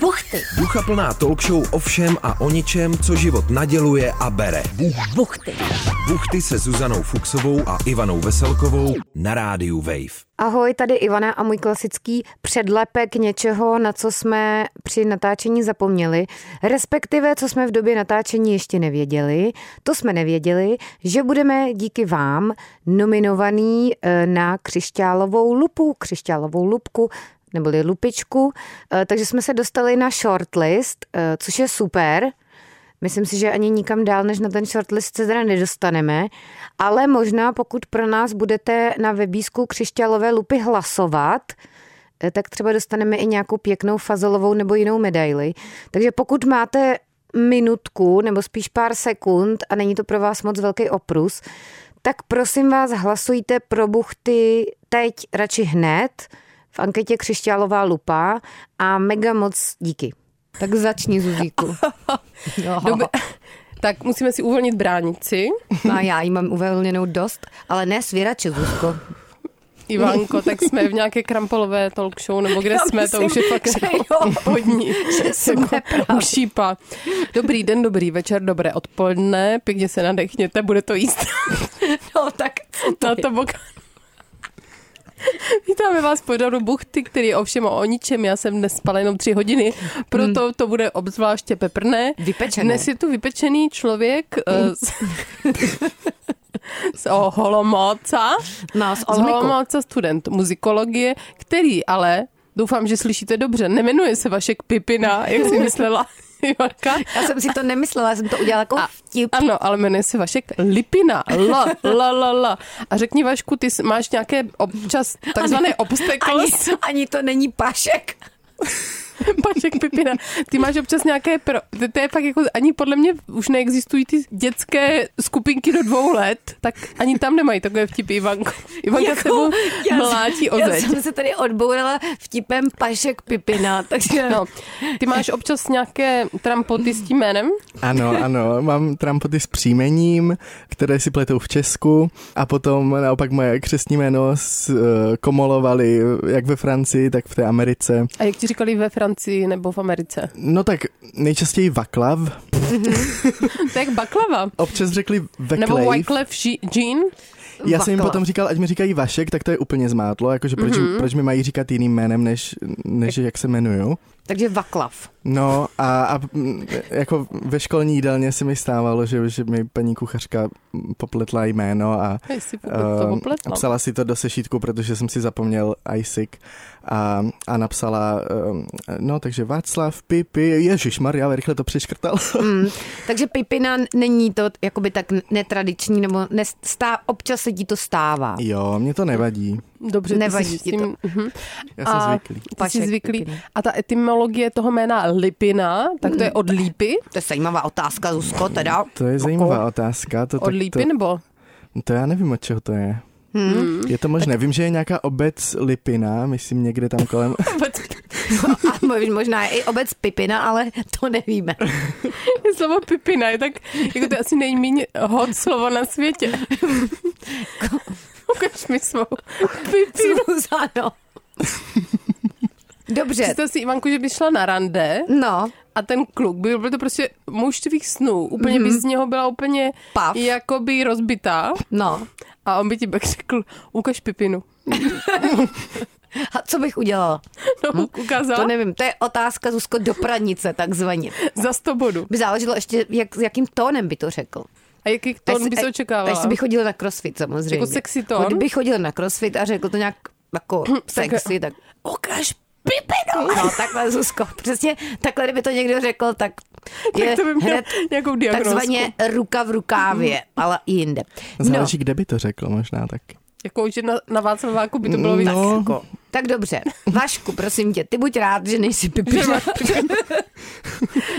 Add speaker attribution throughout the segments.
Speaker 1: Buchty.
Speaker 2: Ducha plná talk show o všem a o ničem, co život naděluje a bere.
Speaker 1: Buchty.
Speaker 2: Buchty se Zuzanou Fuxovou a Ivanou Veselkovou na rádiu Wave.
Speaker 3: Ahoj, tady Ivana a můj klasický předlepek něčeho, na co jsme při natáčení zapomněli, respektive co jsme v době natáčení ještě nevěděli. To jsme nevěděli, že budeme díky vám nominovaný eh, na křišťálovou lupu, křišťálovou lupku, neboli lupičku, Eh, takže jsme se dostali na shortlist, eh, což je super. Myslím si, že ani nikam dál, než na ten shortlist se teda nedostaneme, ale možná pokud pro nás budete na webísku Křišťálové lupy hlasovat, eh, tak třeba dostaneme i nějakou pěknou fazolovou nebo jinou medaili. Takže pokud máte minutku nebo spíš pár sekund a není to pro vás moc velký oprus, tak prosím vás hlasujte pro buchty teď radši hned v anketě Křišťálová lupa a mega moc díky. Tak začni, Zuzíku. No.
Speaker 1: Dobře.
Speaker 4: Dob- tak musíme si uvolnit bránici.
Speaker 3: A já ji mám uvolněnou dost, ale ne svěrače, Zuzko.
Speaker 4: Ivanko, tak jsme v nějaké krampolové talk show, nebo kde
Speaker 1: Já
Speaker 4: jsme, to už je
Speaker 1: No, myslím,
Speaker 4: fakt
Speaker 1: že
Speaker 4: jako pod ní.
Speaker 3: Že jsme právě.
Speaker 4: U šípa. Dobrý den, dobrý večer, dobré odpoledne, pěkně se nadechněte, bude to jíst
Speaker 1: No tak co
Speaker 4: na to boka. Vítáme vás v pořadu Buchty, který je ovšem o ničem. Já jsem dnes spala jenom tři hodiny,
Speaker 1: Hmm.
Speaker 4: proto to bude obzvláště peprné.
Speaker 3: Vypečené.
Speaker 4: Dnes je tu vypečený člověk eh, z, z o Holomoca.
Speaker 3: No, z
Speaker 4: Z Holomoca student muzikologie, který ale, doufám, že slyšíte dobře, nemenuje se Vašek Pipina, jak si myslela Ivanka.
Speaker 3: Já jsem si to nemyslela, já jsem to udělala jako vtip.
Speaker 4: Ano, ale jmenuje se Vašek Lipina. La, la, la, la. A řekni Vašku, ty s- máš nějaké občas takzvané
Speaker 3: Ani,
Speaker 4: obstacles.
Speaker 3: ani to není pašek.
Speaker 4: Vašek Pipina, ty máš občas nějaké, pro... to- to je pak jako, ani podle mě už neexistují ty dětské skupinky do dvou let, tak ani tam nemají takové vtipy, Ivanko. Ivanka jako, tebou mlátí o
Speaker 3: já
Speaker 4: zeď.
Speaker 3: jsem se tady odbourala vtipem pašek Pipina, takže
Speaker 4: No, ty máš občas nějaké trampoty s tím jménem?
Speaker 5: Ano, ano, mám trampoty s příjmením, které si pletou v Česku a potom naopak moje křesní jméno s, eh, komolovali jak ve Francii, tak v té Americe.
Speaker 4: A jak ti říkali ve Francii nebo v Americe?
Speaker 5: No tak nejčastěji Vaklav,
Speaker 4: To je jak baklava.
Speaker 5: občas řekli
Speaker 4: Nebo
Speaker 5: Veclave.
Speaker 4: Wyclef Jean- Jean?
Speaker 5: Já jsem jim
Speaker 3: Vaclav.
Speaker 5: potom říkal, ať mi říkají Vašek, tak to je úplně zmátlo, jakože proč, mm-hmm. proč mi mají říkat jiným jménem, než, než jak se jmenuju.
Speaker 3: takže Vaklav.
Speaker 5: No a, a mm, jako ve školní jídelně se mi stávalo, že, že mi paní kuchařka popletla jméno a
Speaker 4: Jestli vůbec Jako to
Speaker 5: Ehm,
Speaker 4: popletla.
Speaker 5: Psala si to do sešítku, protože jsem si zapomněl ISIC a, a napsala, um, no takže Václav, Pipi, Ježíš Maria, rychle to přeškrtal.
Speaker 3: Mm, takže Pipina není to jakoby tak netradiční, nebo nestá, občas se ti to stává.
Speaker 5: jo, mě to nevadí,
Speaker 4: Dobře,
Speaker 3: nevadí
Speaker 4: ty jsi s
Speaker 3: ti
Speaker 4: tím, Mhm.
Speaker 5: já jsem
Speaker 4: A-
Speaker 5: zvyklý.
Speaker 4: ty jsi
Speaker 3: Pašek
Speaker 4: zvyklý.
Speaker 3: Pipina.
Speaker 4: A ta etymologie toho jména Lipina, tak to je od lípy?
Speaker 3: To je zajímavá otázka, Zuzko, teda.
Speaker 5: To je zajímavá otázka. To,
Speaker 4: Od
Speaker 5: tak-
Speaker 4: lípy nebo?
Speaker 5: to, to já nevím, od čeho to je.
Speaker 4: Hmm.
Speaker 5: Je to možné, vím, že je nějaká obec Lipina, myslím někde tam kolem.
Speaker 3: A možná je i obec Pipina, ale to nevíme.
Speaker 4: Slovo pipina je tak, jako to je asi nejméně hot slovo na světě. Ukaž mi svou pipinu.
Speaker 3: Zuzano. Dobře,
Speaker 4: Představ si, Ivanku, že by šla na rande
Speaker 3: no,
Speaker 4: a ten kluk byl, byl to prostě muž tvých snů. Úplně mm-hmm. by z něho byla úplně
Speaker 3: Mhm. Pav.
Speaker 4: jakoby rozbitá
Speaker 3: no.
Speaker 4: a on by ti pak řekl, ukaž pipinu.
Speaker 3: A co bych udělala?
Speaker 4: No, ukázala
Speaker 3: To nevím, to je otázka Zuzko do pranice, takzvaně.
Speaker 4: za 100 bodů.
Speaker 3: By záleželo ještě, jak, s jakým tónem by to řekl.
Speaker 4: A jaký tón by se
Speaker 3: A
Speaker 4: očekávala?
Speaker 3: jestli by chodil na crossfit samozřejmě.
Speaker 4: Jako sexy tón?
Speaker 3: Kdyby chodil na crossfit a řekl to nějak jako sexy, tak ukáž pipinu. No, takhle Zuzko, přesně takhle, kdyby to někdo řekl, tak je
Speaker 4: tak to by měl
Speaker 3: hned
Speaker 4: nějakou diagnózku.
Speaker 3: takzvaně ruka v rukávě, ale i jinde. No,
Speaker 5: Záleží, kde by to řekl možná tak.
Speaker 4: Jako, že na, na Václaváku by to bylo víc.
Speaker 5: No.
Speaker 3: Zuzko. tak dobře. Vašku, prosím tě, ty buď rád, že nejsi pipina.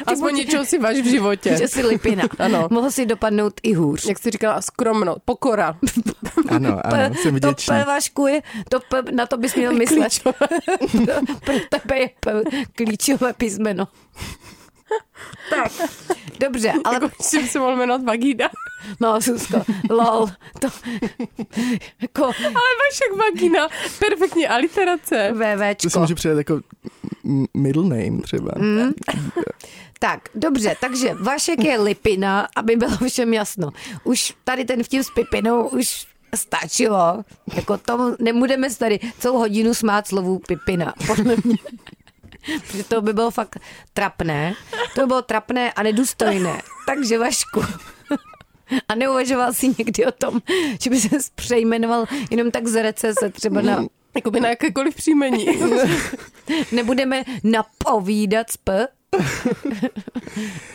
Speaker 4: Aspoň něčeho si váš v životě.
Speaker 3: že jsi lipina.
Speaker 4: Ano.
Speaker 3: Mohl si dopadnout i hůř.
Speaker 4: Jak jsi říkala, skromno, pokora.
Speaker 5: Ano, ano, jsem
Speaker 3: to
Speaker 5: vděčný.
Speaker 3: P, Vašku, je, to P, na to bys měl myslet. Pro tebe je P klíčové písmeno. Tak, dobře, ale
Speaker 4: Jako, že by se mohl jmenovat Vagína.
Speaker 3: no, Susko, lol, to jako
Speaker 4: Ale Vašek Vagína, perfektní aliterace.
Speaker 5: To si
Speaker 3: VVčko.
Speaker 5: může přidat jako m- middle name třeba. Mm.
Speaker 3: Tak, dobře, takže Vašek je Lipina, aby bylo všem jasno. Už tady ten vtip s Pipinou už stačilo. Jako tomu nebudeme se tady celou hodinu smát slovu Pipina, podle mě. Protože to by bylo fakt trapné. To by bylo trapné a nedůstojné. Takže Vašku. A neuvažoval si někdy o tom, že by se přejmenoval jenom tak z recese třeba na
Speaker 4: Jakoby na jakékoliv příjmení.
Speaker 3: Nebudeme napovídat sp,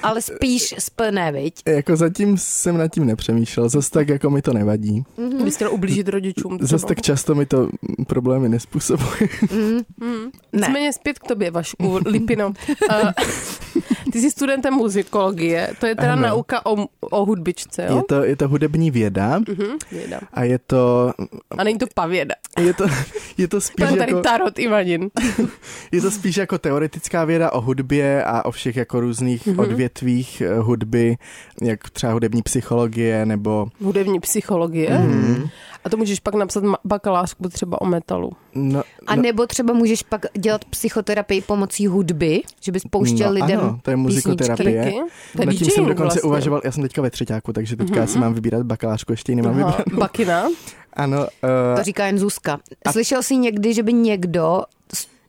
Speaker 3: ale spíš sp ne, viď?
Speaker 5: Jako zatím jsem nad tím nepřemýšlel, zas tak jako mi to nevadí.
Speaker 4: Kdyby Mm-hmm. chtěl ublížit rodičům.
Speaker 5: Zas
Speaker 4: třeba.
Speaker 5: tak často mi to mm, problémy nespůsobuje.
Speaker 4: Ne. Nicméně zpět k tobě, Vašku, Lipino. Uh, ty jsi studentem muzikologie, to je teda
Speaker 5: Ano.
Speaker 4: ano. nauka o, o hudbičce, jo?
Speaker 5: Je to, je to hudební věda
Speaker 4: Hm, věda.
Speaker 5: a je to,
Speaker 4: A není to pavěda.
Speaker 5: je to, je to spíš
Speaker 4: To je tady
Speaker 5: jako...
Speaker 4: Tarot Ivanin.
Speaker 5: Je to spíš jako teoretická věda o hudbě a o všech jako různých
Speaker 4: Mhm.
Speaker 5: mm-hmm. odvětvích eh, hudby, jak třeba hudební psychologie nebo
Speaker 4: Hudební psychologie.
Speaker 5: Mhm.
Speaker 4: Mm. A to můžeš pak napsat ma- bakalářku třeba o metalu.
Speaker 5: no,
Speaker 3: A
Speaker 5: no,
Speaker 3: nebo třeba můžeš pak dělat psychoterapii pomocí hudby, že bys pouštěl
Speaker 5: no,
Speaker 3: lidem
Speaker 5: ano, to je muzikoterapie.
Speaker 4: Kliky. To je
Speaker 5: Nad tím
Speaker 4: DJing
Speaker 5: jsem dokonce
Speaker 4: vlastně. Mhm.
Speaker 5: uvažoval, já jsem teďka ve třetíku, takže teďka mm-hmm. si mám vybírat bakalářku, ještě ji nemám
Speaker 4: Aha,
Speaker 5: vybrat.
Speaker 4: Bakina.
Speaker 5: Ano, uh,
Speaker 3: To říká jen Zuzka. Slyšel jsi někdy, že by někdo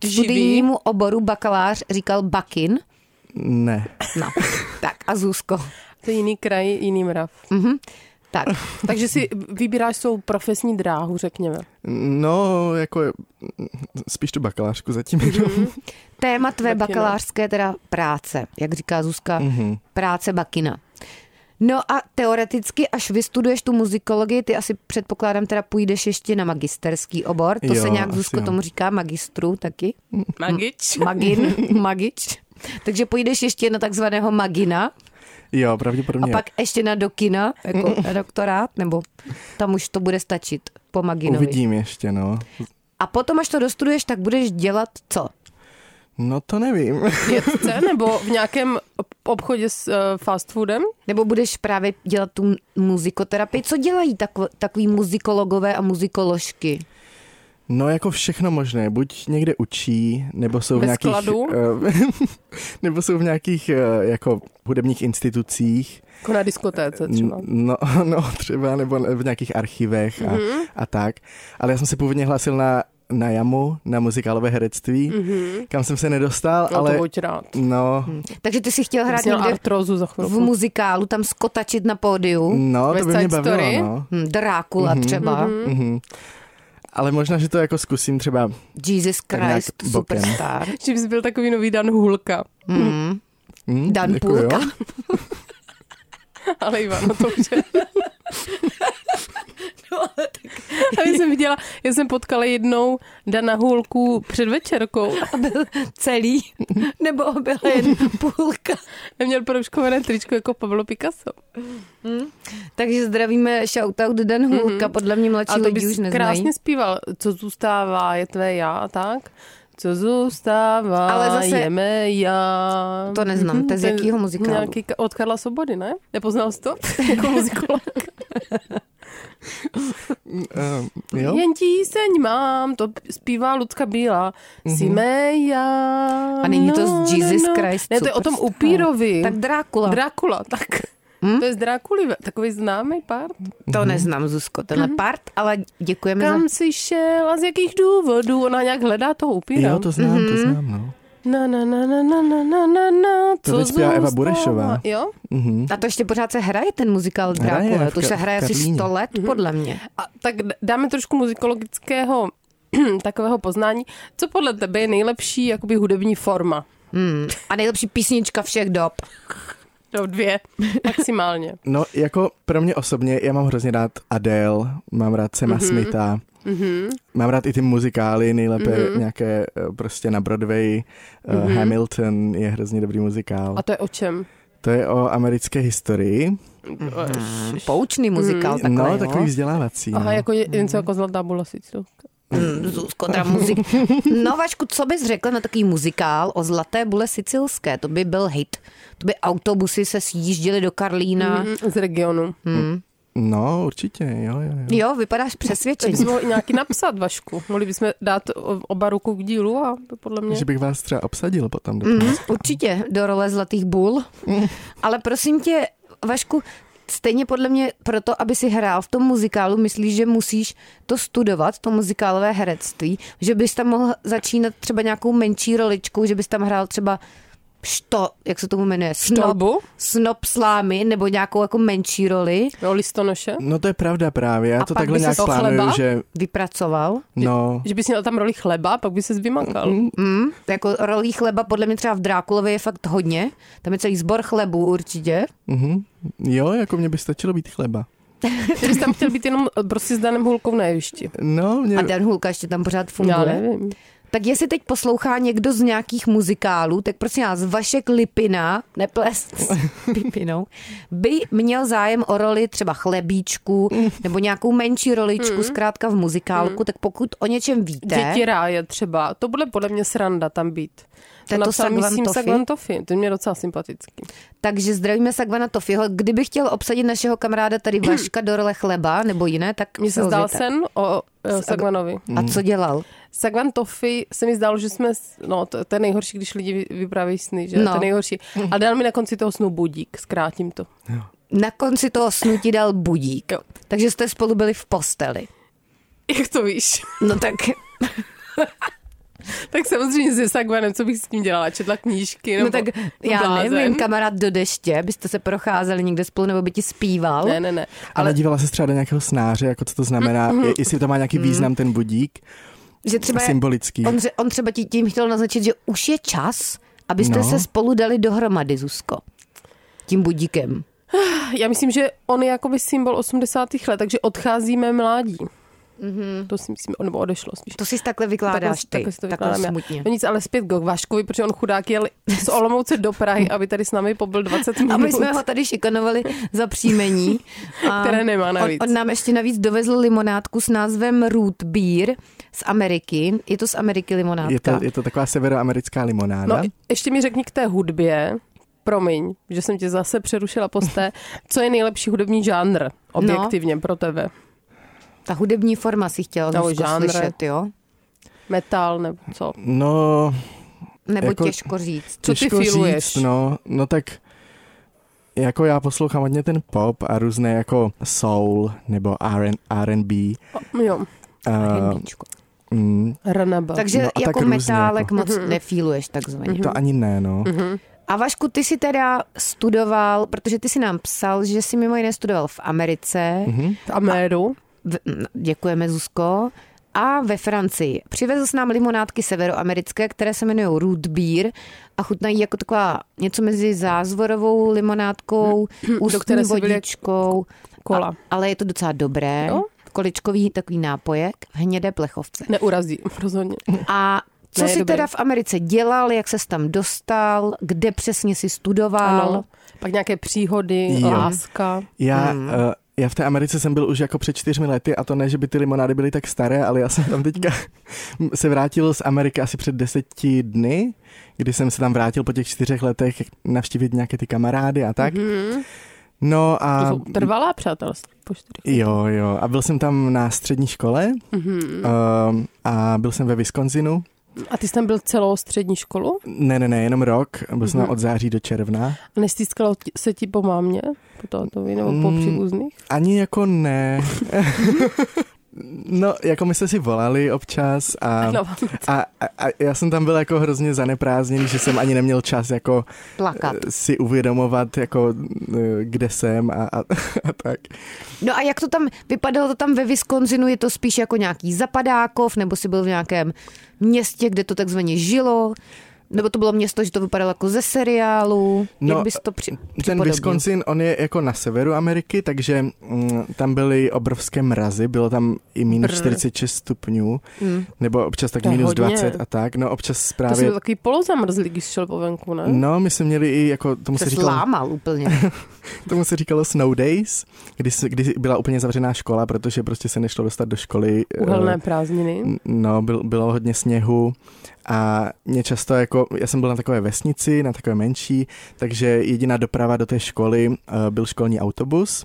Speaker 3: studijnímu oboru bakalář říkal bakin?
Speaker 5: ne.
Speaker 3: No, tak a Zuzko.
Speaker 4: To je jiný kraj, jiný mrav.
Speaker 3: Tak,
Speaker 4: Takže si vybíráš svou profesní dráhu, řekněme.
Speaker 5: No, jako mm, spíš tu bakalářku zatím.
Speaker 4: Mhm.
Speaker 5: Mm-hmm.
Speaker 3: téma tvé
Speaker 4: Bakina.
Speaker 3: bakalářské teda práce, jak říká Zuzka,
Speaker 5: Mhm.
Speaker 3: práce bakina. No a teoreticky, až vystuduješ tu muzikologii, ty asi předpokládám teda půjdeš ještě na magisterský obor, to
Speaker 5: Jo,
Speaker 3: se nějak
Speaker 5: asi
Speaker 3: Zuzko
Speaker 5: jo.
Speaker 3: tomu říká, magistru taky,
Speaker 4: Magič.
Speaker 3: magin, magič. Takže půjdeš ještě na takzvaného magina
Speaker 5: Jo,
Speaker 3: a
Speaker 5: pravděpodobně.
Speaker 3: pak ještě na dokina, jako na doktorát, nebo tam už to bude stačit po maginovi.
Speaker 5: Uvidím ještě, no.
Speaker 3: A potom, až to dostuduješ, tak budeš dělat co?
Speaker 5: No to nevím.
Speaker 4: Vědce nebo v nějakém ob- obchodě s eh, fast foodem?
Speaker 3: Nebo budeš právě dělat tu muzikoterapii? Co dělají takv- takový muzikologové a muzikoložky?
Speaker 5: No jako všechno možné, buď někde učí, nebo jsou v
Speaker 4: Ve
Speaker 5: nějakých...
Speaker 4: skladu?
Speaker 5: eh, nebo jsou v nějakých eh, jako hudebních institucích,
Speaker 4: Jako na diskotéce třeba.
Speaker 5: no, no třeba, nebo v nějakých archivech a,
Speaker 4: Mhm.
Speaker 5: mm-hmm. a tak. Ale já jsem se původně hlásil na, na jamu, na muzikálové herectví, mm-hmm. kam jsem se nedostal,
Speaker 4: Mhm. No ale...
Speaker 5: ale...
Speaker 4: to buď rád.
Speaker 5: No,
Speaker 3: Takže ty si chtěl hrát
Speaker 4: Jsi měl
Speaker 3: někde
Speaker 4: artrozu za
Speaker 3: v
Speaker 4: chvilku.
Speaker 3: muzikálu, tam skotačit na pódiu,
Speaker 5: no
Speaker 4: West
Speaker 5: to by mě
Speaker 4: Side
Speaker 5: bavilo,
Speaker 4: Story?
Speaker 5: no.
Speaker 3: Hm, Drákula třeba,
Speaker 5: Mm-hmm. Ale možná, že to jako zkusím třeba...
Speaker 3: Jesus
Speaker 5: nějak
Speaker 3: Christ,
Speaker 5: bokem.
Speaker 3: superstar, Mhm.
Speaker 4: Že bys byl takový nový Dan Hulka.
Speaker 5: Hm,
Speaker 3: Dan
Speaker 5: jako jo.
Speaker 3: Půlka.
Speaker 4: Ale Ivano, to už je.
Speaker 3: No,
Speaker 4: Ale jsem viděla, já jsem potkala jednou Dana Hulku před večerkou.
Speaker 3: A byl celý, nebo byla jen půlka.
Speaker 4: Neměl proužkované tričko jako Pablo Picasso.
Speaker 3: Takže zdravíme shoutout Dan Hulka, podle mě
Speaker 4: A
Speaker 3: mladší
Speaker 4: to
Speaker 3: lidi
Speaker 4: bys
Speaker 3: už neznají.
Speaker 4: krásně zpíval. Co zůstává, je tvé já, a tak? Co zůstává,
Speaker 3: Ale zase-
Speaker 4: je mé já.
Speaker 3: To neznám, to je z
Speaker 4: Mhm,
Speaker 3: jakýho muzikálu?
Speaker 4: Nějaký ka- od Karla Sobody, ne? Nepoznal jsi to? jako muzikolog.
Speaker 5: Eh, jo?
Speaker 4: Jen tíseň mám, to zpívá Lucka Bílá.
Speaker 5: Mhm.
Speaker 4: Mm-hmm. Jsi já. No,
Speaker 3: A není to z Jesus Christ
Speaker 4: Ne, to je o tom
Speaker 3: Superstar.
Speaker 4: upírovi.
Speaker 3: Tak Hm? Drákula.
Speaker 4: Drákula, tak. Hmm? To je z Drákuly, takový známý pár.
Speaker 3: To neznám, Zuzko, tenhle part, ale děkujeme za...
Speaker 4: Kam jsi šel a z jakých důvodů? Ona nějak hledá toho upíra.
Speaker 5: jo, to znám,
Speaker 3: Mhm.
Speaker 5: to znám, no.
Speaker 4: Na, na, na, na, na, na, na, na, na,
Speaker 5: To
Speaker 4: co
Speaker 5: teď zpívá Eva
Speaker 4: zůstává?
Speaker 5: Burešová.
Speaker 4: Jo?
Speaker 5: Mhm.
Speaker 3: A to ještě pořád se hraje ten muzikál
Speaker 5: Hraje,
Speaker 3: Drákula,
Speaker 5: v
Speaker 3: to už se
Speaker 5: Ka-
Speaker 3: hraje asi
Speaker 5: Karlíně.
Speaker 3: 100 let, podle mě.
Speaker 4: A tak d- dáme trošku muzikologického takového poznání. Co podle tebe je nejlepší jakoby hudební forma?
Speaker 3: Hmm. A nejlepší písnička všech dob.
Speaker 4: No dvě, maximálně.
Speaker 5: No, jako pro mě osobně, já mám hrozně rád Adele, mám rád Sema mm-hmm. Smitha,
Speaker 4: Mhm.
Speaker 5: mám rád i ty muzikály, nejlépe
Speaker 3: Mhm.
Speaker 5: mm-hmm. nějaké eh, prostě na Broadway. Mm-hmm. Hamilton je hrozně dobrý muzikál.
Speaker 4: A to je o čem?
Speaker 5: To je o americké historii.
Speaker 3: Poučný muzikál
Speaker 5: no,
Speaker 3: takhle,
Speaker 5: takový
Speaker 3: jo?
Speaker 5: vzdělávací.
Speaker 4: Aha,
Speaker 5: no.
Speaker 4: jako je, něco jako zlatá bolasicovka.
Speaker 3: Hmm,
Speaker 6: Mm, Zuzko, teda muzik. No Vašku, co bys řekl na takový muzikál o Zlaté bule sicilské? To by byl hit. To by autobusy se sjížděly do
Speaker 3: Mhm.
Speaker 6: Karlína. Mm.
Speaker 4: Mhm, Z regionu.
Speaker 5: No, určitě, jo, jo, jo.
Speaker 6: Jo, vypadáš
Speaker 4: Tak
Speaker 6: přesvědčeně.
Speaker 4: bychom mohli nějaký napsat, Vašku. Mohli bychom dát o- oba ruku k dílu a to podle mě...
Speaker 5: Že bych vás třeba obsadil potom. Do
Speaker 3: Mhm, určitě do role Zlatých bul. Ale prosím tě, Vašku, stejně podle mě proto, aby si hrál v tom muzikálu, myslíš, že musíš to studovat, to muzikálové herectví, že bys tam mohl začínat třeba nějakou menší roličku, že bys tam hrál třeba što, jak se tomu jmenuje, snob,
Speaker 4: Štolbu?
Speaker 3: snob slámy, nebo nějakou jako menší roli,
Speaker 4: Jo, listonoše?
Speaker 5: No to je pravda právě, já
Speaker 3: A
Speaker 5: to
Speaker 3: pak
Speaker 5: takhle
Speaker 3: by
Speaker 5: nějak
Speaker 4: ses-
Speaker 5: plánuju,
Speaker 4: chleba?
Speaker 5: že
Speaker 3: vypracoval.
Speaker 5: no,
Speaker 4: Že bys měl tam roli chleba, pak by ses vymakal.
Speaker 3: Mm, jako rolí chleba podle mě třeba v Drákulově je fakt hodně. Tam je celý sbor chlebu určitě.
Speaker 5: mhm. jo, jako mě by stačilo být chleba.
Speaker 4: Ty bys tam chtěl být jenom eh, prostě s Danem Hulkou na jevišti.
Speaker 5: No, mě,
Speaker 3: A ten hulka ještě tam pořád
Speaker 4: Mm. Já
Speaker 3: funguje.
Speaker 4: nevím.
Speaker 3: Tak jestli teď poslouchá někdo z nějakých muzikálů, tak prosím vás, Vašek Lipina, neplest s Pipinou, by měl zájem o roli třeba chlebíčku
Speaker 4: Mm.
Speaker 3: nebo nějakou menší roličku, zkrátka v muzikálku, tak pokud o něčem víte,
Speaker 4: Děti ráje třeba. To bude podle mě sranda tam být.
Speaker 3: Tato
Speaker 4: napsal,
Speaker 3: Sagvan
Speaker 4: myslím,
Speaker 3: Tofi?
Speaker 4: Sagvan Tofi. Ten mě docela sympatický.
Speaker 3: takže zdravíme Sagvana Tofiho. Kdyby chtěl obsadit našeho kamaráda tady Vaška do role chleba nebo jiné, tak
Speaker 4: Hmm. Mně se Hmm. zdál
Speaker 3: ozvěte.
Speaker 4: sen o eh, Sagvanovi.
Speaker 3: A co dělal?
Speaker 4: Sagvan Tofi se mi zdálo, že jsme, s- no to, to je nejhorší, když lidi vy- vyprávějí sny, že? No.
Speaker 3: No.
Speaker 4: To je nejhorší. A dal mi na konci toho snu budík, zkrátím to.
Speaker 3: Na konci toho snu ti dal budík.
Speaker 4: Jo.
Speaker 3: Takže jste spolu byli v posteli.
Speaker 4: Jak to víš?
Speaker 3: No tak
Speaker 4: tak samozřejmě se Sagvanem, co bych s tím dělala? Četla knížky nebo
Speaker 3: No tak já
Speaker 4: blázen?
Speaker 3: nevím, kamarád do deště, byste se procházeli někde spolu, nebo by ti zpíval.
Speaker 4: Ne, ne, ne.
Speaker 5: ale
Speaker 4: Ale
Speaker 5: dívala se třeba do nějakého snáře, jako co to znamená, je- jestli to má nějaký význam ten budík,
Speaker 3: Že třeba je,
Speaker 5: symbolický.
Speaker 3: on, ře- on třeba ti tím chtěl naznačit, že už je čas, abyste
Speaker 5: No.
Speaker 3: no. se spolu dali dohromady, Zuzko. Tím budíkem.
Speaker 4: já myslím, že on je jakoby symbol 80. let, takže odcházíme mládí. Mm-hmm. To si myslím, nebo odešlo spíš.
Speaker 3: Mhm. To si takhle vykládáš ty, takhle,
Speaker 4: takhle si to
Speaker 3: takhle
Speaker 4: vykládám já.
Speaker 3: smutně.
Speaker 4: No nic, ale zpět k Vaškovi, protože on chudák jel z Olomouce do Prahy, aby tady s námi pobyl 20 minut.
Speaker 3: Aby jsme ho tady šikanovali za příjmení. A
Speaker 4: Které nemá
Speaker 3: on,
Speaker 4: navíc.
Speaker 3: on nám ještě navíc dovezl limonádku s názvem Root Beer z Ameriky. Je to z Ameriky limonádka.
Speaker 5: Je to, je to taková severoamerická limonáda.
Speaker 4: No, ještě mi řekni k té hudbě, promiň, že jsem tě zase přerušila posté, co je nejlepší hudební žánr objektivně no. pro tebe?
Speaker 3: Ta hudební forma si chtěla
Speaker 4: Nebo
Speaker 3: Zuzko,
Speaker 4: žánr.
Speaker 3: slyšet, jo?
Speaker 4: Metal nebo co?
Speaker 5: no
Speaker 3: Nebo
Speaker 5: Jako-
Speaker 3: jako, těžko říct.
Speaker 4: Co ty
Speaker 5: Těžko
Speaker 4: feeluješ?
Speaker 5: Říct, no, no tak jako já poslouchám hodně ten pop a různé jako soul nebo R&- R&B.
Speaker 4: O, jo,
Speaker 5: Uh,
Speaker 3: Hendíčko.
Speaker 5: mm,
Speaker 4: Ranaba.
Speaker 3: Takže
Speaker 5: no
Speaker 3: no,
Speaker 5: a tak
Speaker 3: jako
Speaker 5: různě,
Speaker 3: metálek moc
Speaker 4: Mhm,
Speaker 3: nefíluješ takzvaně.
Speaker 5: to ani ne, no.
Speaker 3: A Vašku, ty si teda studoval, protože ty si nám psal, že jsi mimo jiné studoval v Americe.
Speaker 5: Mhm.
Speaker 4: A médu.
Speaker 3: V, m, děkujeme, Zuzko. A ve Francii. Přivezl jsi nám limonádky severoamerické, které se jmenují root beer a chutnají jako taková něco mezi zázvorovou limonádkou, ústní
Speaker 4: Mhm. které si byly jak
Speaker 3: vodičkou.
Speaker 4: kola.
Speaker 3: A, ale je to docela dobré.
Speaker 4: Jo?
Speaker 3: Količkový takový nápojek, hnědé plechovce.
Speaker 4: Neurazí, rozhodně.
Speaker 3: A co
Speaker 4: Ne, je
Speaker 3: jsi
Speaker 4: dobrý.
Speaker 3: teda v Americe dělal, jak ses tam dostal, kde přesně jsi studoval?
Speaker 4: Ano. Pak nějaké příhody,
Speaker 5: Jo.
Speaker 4: jo. láska.
Speaker 5: Já,
Speaker 4: Mhm.
Speaker 5: uh, já v té Americe jsem byl už jako před čtyřmi lety a to ne, že by ty limonády byly tak staré, ale já jsem tam teďka se vrátil z Ameriky asi před deseti dny, kdy jsem se tam vrátil po těch čtyřech letech navštívit nějaké ty kamarády a tak. No
Speaker 4: Mhm. To
Speaker 5: a
Speaker 4: jsou trvalá přátelství. Po čtyřech.
Speaker 5: Jo, jo. A byl jsem tam na střední škole
Speaker 4: Mhm.
Speaker 5: mm-hmm. a byl jsem ve Wisconsinu.
Speaker 4: A ty jsi tam byl celou střední školu?
Speaker 5: Ne, ne, ne, jenom rok. Byl
Speaker 4: Mhm.
Speaker 5: jsem tam od září do června.
Speaker 4: A nestýskalo ti- se ti po mámě? Po tátovi nebo po
Speaker 5: Mm.
Speaker 4: příbuzných?
Speaker 5: Ani jako ne. no, jako my jsme si volali občas a...
Speaker 4: No,
Speaker 5: A, a, a já jsem tam byl jako hrozně zaneprázdněný, že jsem ani neměl čas jako
Speaker 3: Plakat.
Speaker 5: eh, si uvědomovat, jako eh, kde jsem a, a, a tak.
Speaker 3: No a jak to tam, vypadalo to tam ve Wisconsinu, je to spíš jako nějaký zapadákov, nebo jsi byl v nějakém městě, kde to takzvaně žilo? Nebo to bylo město, že to vypadalo jako ze seriálu? No, Jak bys to při,
Speaker 5: Ten
Speaker 3: připodobnil?
Speaker 5: Wisconsin, on je jako na severu Ameriky, takže mm, tam byly obrovské mrazy, bylo tam i minus 46 stupňů,
Speaker 3: Mm.
Speaker 5: nebo občas tak
Speaker 4: To je
Speaker 5: minus
Speaker 4: hodně.
Speaker 5: 20 a tak. No občas
Speaker 4: To
Speaker 5: právě...
Speaker 4: jsi byl takový polozamrzlý, když šel po venku, ne?
Speaker 5: No, my jsme měli i, jako tomu se,
Speaker 3: Se
Speaker 5: říkalo,
Speaker 3: slámal úplně.
Speaker 5: tomu se říkalo Snow Days, kdy, se- kdy byla úplně zavřená škola, protože prostě se nešlo dostat do školy. eh,
Speaker 4: Uhelné prázdniny.
Speaker 5: N- No, byl, bylo hodně sněhu a mě často jako, já jsem byl na takové vesnici, na takové menší, takže jediná doprava do té školy eh, byl školní autobus.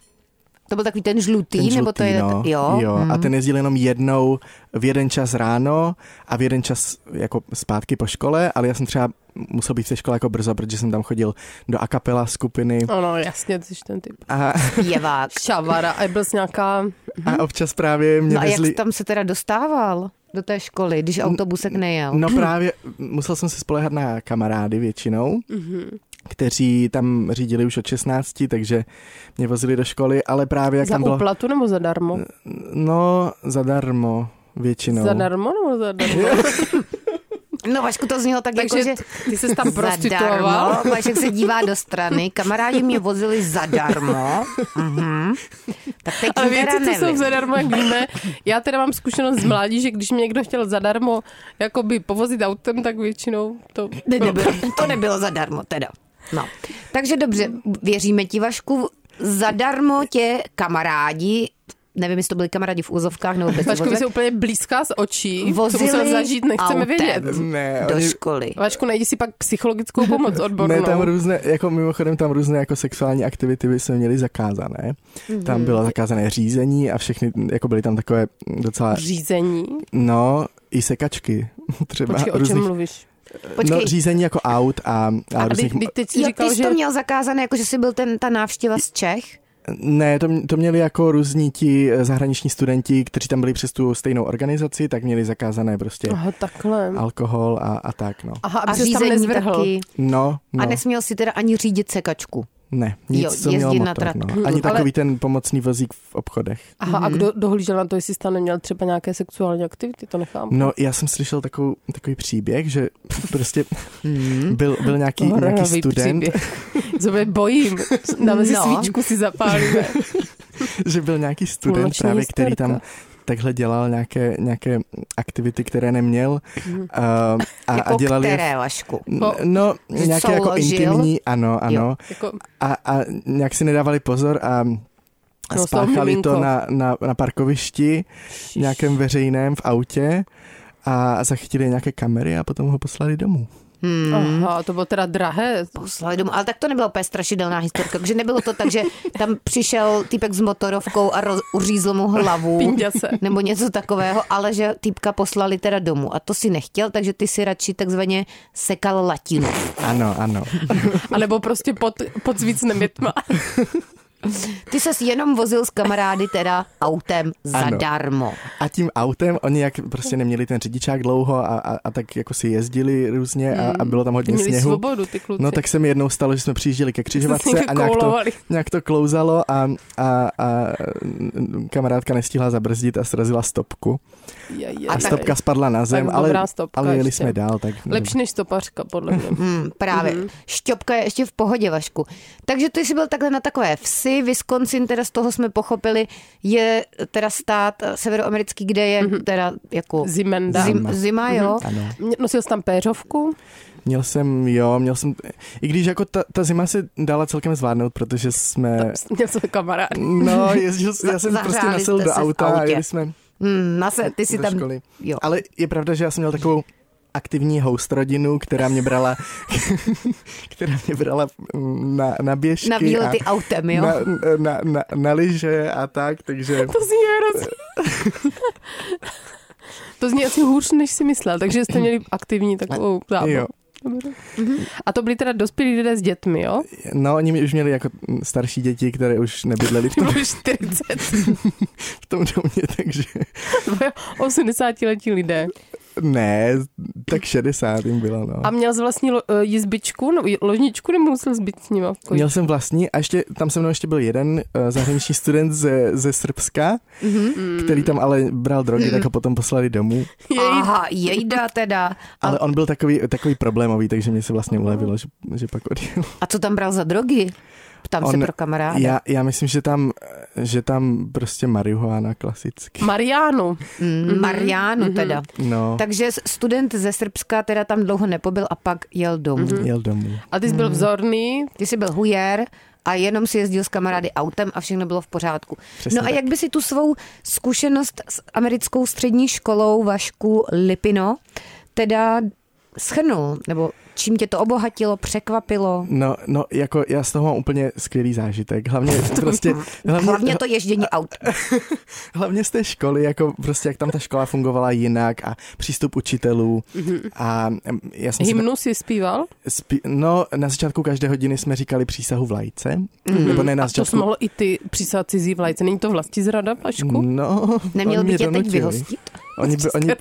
Speaker 3: To byl takový ten žlutý,
Speaker 5: ten
Speaker 3: nebo to
Speaker 5: žlutý,
Speaker 3: je...
Speaker 5: no,
Speaker 3: Jo, Hmm.
Speaker 5: jo a ten jezdil jenom jednou v jeden čas ráno a v jeden čas jako zpátky po škole, ale já jsem třeba musel být v té škole jako brzo, protože jsem tam chodil do a capella skupiny
Speaker 4: Ano, jasně, ty jsi ten typ.
Speaker 5: a,
Speaker 3: pěvák.
Speaker 4: Šavara, a byl jsi nějaká...
Speaker 5: a občas právě mě
Speaker 3: Mhm. No a jak
Speaker 5: vezli...
Speaker 3: jsi tam se teda dostával do té školy, když autobusek nejel?
Speaker 5: No právě musel jsem se spolehat na kamarády většinou,
Speaker 4: Mhm.
Speaker 5: kteří tam řídili už od 16, takže mě vozili do školy, ale právě jak
Speaker 4: za
Speaker 5: tam bylo... Eh,
Speaker 4: úplatu nebo zadarmo?
Speaker 5: No, zadarmo většinou.
Speaker 4: Zadarmo nebo zadarmo?
Speaker 3: No Vašku, to znělo tak jako,
Speaker 4: Takže
Speaker 3: že
Speaker 4: ty ses tam prostituoval.
Speaker 3: Zadarmo. Vašek se dívá do strany, kamarádi mě vozili zadarmo. Mhm. Tak teď
Speaker 4: Ale
Speaker 3: jim teda
Speaker 4: věci, co
Speaker 3: nevím.
Speaker 4: jsou zadarmo, jak víme. Já teda mám zkušenost z mládí, že když mě někdo chtěl zadarmo jakoby povozit autem, tak většinou to...
Speaker 3: Ne, nebylo, to nebylo zadarmo teda. No. Takže dobře, věříme ti Vašku, zadarmo tě kamarádi, nevím, jestli to byli kamarádi v úzovkách nebo bez
Speaker 4: Vašku, my
Speaker 3: úvozek,
Speaker 4: se úplně blízká z očí, co
Speaker 3: vozili
Speaker 4: musel zažít, nechceme
Speaker 3: autem
Speaker 4: vědět.
Speaker 5: Ne,
Speaker 3: do
Speaker 5: oni-
Speaker 3: školy.
Speaker 4: Vašku, najdi si pak psychologickou pomoc odbornou.
Speaker 5: Ne, tam různé, jako mimochodem tam různé jako sexuální aktivity by se měly zakázané. Mm-hmm.
Speaker 4: Mhm.
Speaker 5: Tam bylo zakázané řízení a všechny, jako byly tam takové docela,
Speaker 4: Řízení.
Speaker 5: no, i sekačky třeba.
Speaker 4: Počkej, o
Speaker 5: různých,
Speaker 4: čem mluvíš?
Speaker 3: Počkej.
Speaker 5: No, řízení jako aut a, a,
Speaker 4: A
Speaker 5: různých...
Speaker 4: teď teď jsi
Speaker 3: Jo, ty
Speaker 4: říkal,
Speaker 3: jsi
Speaker 4: že...
Speaker 3: to měl zakázané, jako že jsi byl ten, ta návštěva z Čech?
Speaker 5: Ne, to, m- to měli jako různí ti eh, zahraniční studenti, kteří tam byli přes tu stejnou organizaci, tak měli zakázané prostě
Speaker 4: Aha, takhle.
Speaker 5: alkohol a, a tak, no.
Speaker 4: Aha,
Speaker 3: A
Speaker 4: aby se tam
Speaker 3: řízení
Speaker 4: nezvrhl.
Speaker 3: taky.
Speaker 5: No, no,
Speaker 3: A nesměl si teda ani řídit sekačku.
Speaker 5: ne, nic,
Speaker 3: Jo,
Speaker 5: co mělo
Speaker 3: jezdit na
Speaker 5: motor,
Speaker 3: trak.
Speaker 5: no.
Speaker 3: Hm,
Speaker 4: ale-
Speaker 5: Ani takový ten pomocný vozík v obchodech.
Speaker 4: Aha, a kdo dohlížel na to, jestli jsi tam neměl třeba nějaké sexuální aktivity, to nechám.
Speaker 5: No, já jsem slyšel takovou, takový příběh, že prostě
Speaker 3: Hmm.
Speaker 5: byl, byl nějaký, nějaký
Speaker 4: Hororový
Speaker 5: student,
Speaker 4: příběh. Co mě bojím. Dáme si
Speaker 3: No.
Speaker 4: svíčku, si zapálíme.
Speaker 5: že byl nějaký student
Speaker 4: Půlnoční
Speaker 5: právě, který tam
Speaker 4: historka.
Speaker 5: takhle dělal nějaké, nějaké aktivity, které neměl a, a,
Speaker 3: Hmm. jako
Speaker 5: a dělali je-
Speaker 3: které, Vašku?
Speaker 5: N- No,
Speaker 3: Že
Speaker 5: nějaké jako
Speaker 3: souložil?
Speaker 5: intimní, ano, ano.
Speaker 4: Jako,
Speaker 5: A, a nějak si nedávali pozor a a
Speaker 4: No,
Speaker 5: spáchali
Speaker 4: miminko.
Speaker 5: to na, na, na parkovišti, nějakém veřejném v autě a zachytili nějaké kamery a potom ho poslali domů. Mhm.
Speaker 4: aha, to bylo teda drahé.
Speaker 3: poslali domů. Ale tak to nebyla úplně strašidelná historka, takže nebylo to tak, že tam přišel týpek s motorovkou a roz, uřízl mu hlavu
Speaker 4: Pinděse.
Speaker 3: nebo něco takového, ale že týpka poslali teda domů. A to si nechtěl, takže ty si radši takzvaně sekal latinu.
Speaker 5: Ano, ano.
Speaker 4: A nebo prostě pod, pod svícnem je tma.
Speaker 3: Ty ses jenom vozil s kamarády teda autem zadarmo.
Speaker 5: A tím autem, oni jak prostě neměli ten řidičák dlouho a, a, a tak jako si jezdili různě a, a bylo tam hodně
Speaker 4: Hmm. Měli
Speaker 5: sněhu.
Speaker 4: svobodu, ty kluci.
Speaker 5: No tak se mi jednou stalo, že jsme přijížděli ke křižovatce
Speaker 4: někde
Speaker 5: a nějak to,
Speaker 4: koulovali.
Speaker 5: nějak to klouzalo a, a, a mm, kamarádka nestihla zabrzdit a srazila stopku.
Speaker 4: Je, je,
Speaker 3: A
Speaker 5: A
Speaker 4: je.
Speaker 5: stopka spadla na zem,
Speaker 4: Tak
Speaker 5: ale,
Speaker 4: dobrá stopka
Speaker 5: ale jeli
Speaker 4: ještě.
Speaker 5: jsme dál. Tak
Speaker 4: Lepší než stopařka, podle mě.
Speaker 5: Mhm.
Speaker 3: Hmm, právě. Mm-hmm. Šťopka je ještě v pohodě, Vašku. Takže ty jsi byl takhle na takové vsi. Wisconsin, teda z toho jsme pochopili, je teda stát eh, severoamerický, kde je teda jako
Speaker 4: Zimenda.
Speaker 3: zim, zima, jo.
Speaker 5: Ano.
Speaker 4: Mě- Nosil jsi tam péřovku?
Speaker 5: Měl jsem, jo, měl jsem, i když jako ta, ta zima se dala celkem zvládnout, protože jsme,
Speaker 4: Měl jsem kamarád.
Speaker 5: no, jezdil, já jsem
Speaker 3: Zahřáli
Speaker 5: prostě nasil
Speaker 3: jste
Speaker 5: do
Speaker 3: se v
Speaker 5: auta a
Speaker 3: autě.
Speaker 5: jeli jsme
Speaker 3: Mm, na se, ty si
Speaker 5: do
Speaker 3: tam...
Speaker 5: školy.
Speaker 3: Jo.
Speaker 5: Ale je pravda, že já jsem měl takovou aktivní host rodinu, která mě brala, která mě brala na, na běžky.
Speaker 3: Na výlety
Speaker 5: a
Speaker 3: autem, No jo?
Speaker 5: Na, na, na, na lyže a tak, takže...
Speaker 4: To zní hrozně. to zní asi hůř, než si myslel, takže jste měli aktivní takovou zábavu.
Speaker 5: Jo.
Speaker 4: Dobré. A to byli teda dospělí lidé s dětmi, jo?
Speaker 5: No, oni už měli jako starší děti, které už nebydleli v tom,
Speaker 4: Bylo 40,
Speaker 5: v tom domě, takže...
Speaker 4: dvoje 80 letí lidé.
Speaker 5: Ne, tak 60 jim bylo, no.
Speaker 4: A měl jsi vlastní lo, eh, jizbičku, no, ložničku, nebo musel zbyt s nima? v koji?
Speaker 5: Měl jsem vlastní a ještě tam se mnou ještě byl jeden uh, zahraniční student ze, ze Srbska,
Speaker 3: Mhm.
Speaker 5: mm-hmm. který tam ale bral drogy, tak ho potom poslali domů.
Speaker 4: Jej,
Speaker 3: Aha, jejda teda.
Speaker 5: Ale on byl takový, takový problémový, takže mě se vlastně
Speaker 3: Mhm.
Speaker 5: ulevilo, že, že pak odjel.
Speaker 3: A co tam bral za drogy? Ptám se
Speaker 5: On-
Speaker 3: pro kamaráda.
Speaker 5: Já, já myslím, že tam, eh, že tam prostě marihuana klasicky.
Speaker 4: Mariánu.
Speaker 3: Mm, Mariánu teda.
Speaker 5: No, tak...
Speaker 3: Takže student ze Srbska teda tam dlouho nepobyl a pak jel domů.
Speaker 5: jel domů.
Speaker 4: A ty jsi
Speaker 5: Hmm.
Speaker 4: byl vzorný.
Speaker 3: Ty jsi byl hujer a jenom si jezdil s kamarády autem a všechno bylo v pořádku.
Speaker 5: Přesně
Speaker 3: no a
Speaker 5: tak.
Speaker 3: jak by si tu svou zkušenost s americkou střední školou Vašku Lipino teda schrnul? Nebo čím tě to obohatilo, překvapilo?
Speaker 5: No, no, jako já z toho mám úplně skvělý zážitek. Hlavně prostě... Hlavně,
Speaker 3: Hlavně to ježdění aut.
Speaker 5: Hlavně z té školy, jako prostě jak tam ta škola fungovala jinak a přístup učitelů
Speaker 3: Mhm.
Speaker 5: a em, já jsem si
Speaker 4: Hymnu si zpíval?
Speaker 5: spí- no na začátku každé hodiny jsme říkali přísahu v lajce,
Speaker 3: Mhm.
Speaker 5: nebo ne na
Speaker 4: A to jsi
Speaker 5: začátku.
Speaker 4: mohl i ty přísad cizí vlajce. Není to vlastní zrada, Pašku?
Speaker 5: No,
Speaker 3: Neměl
Speaker 5: oni
Speaker 3: by
Speaker 5: mě
Speaker 3: tě teď
Speaker 5: donutili.
Speaker 3: vyhostit?
Speaker 5: Oni, by, oni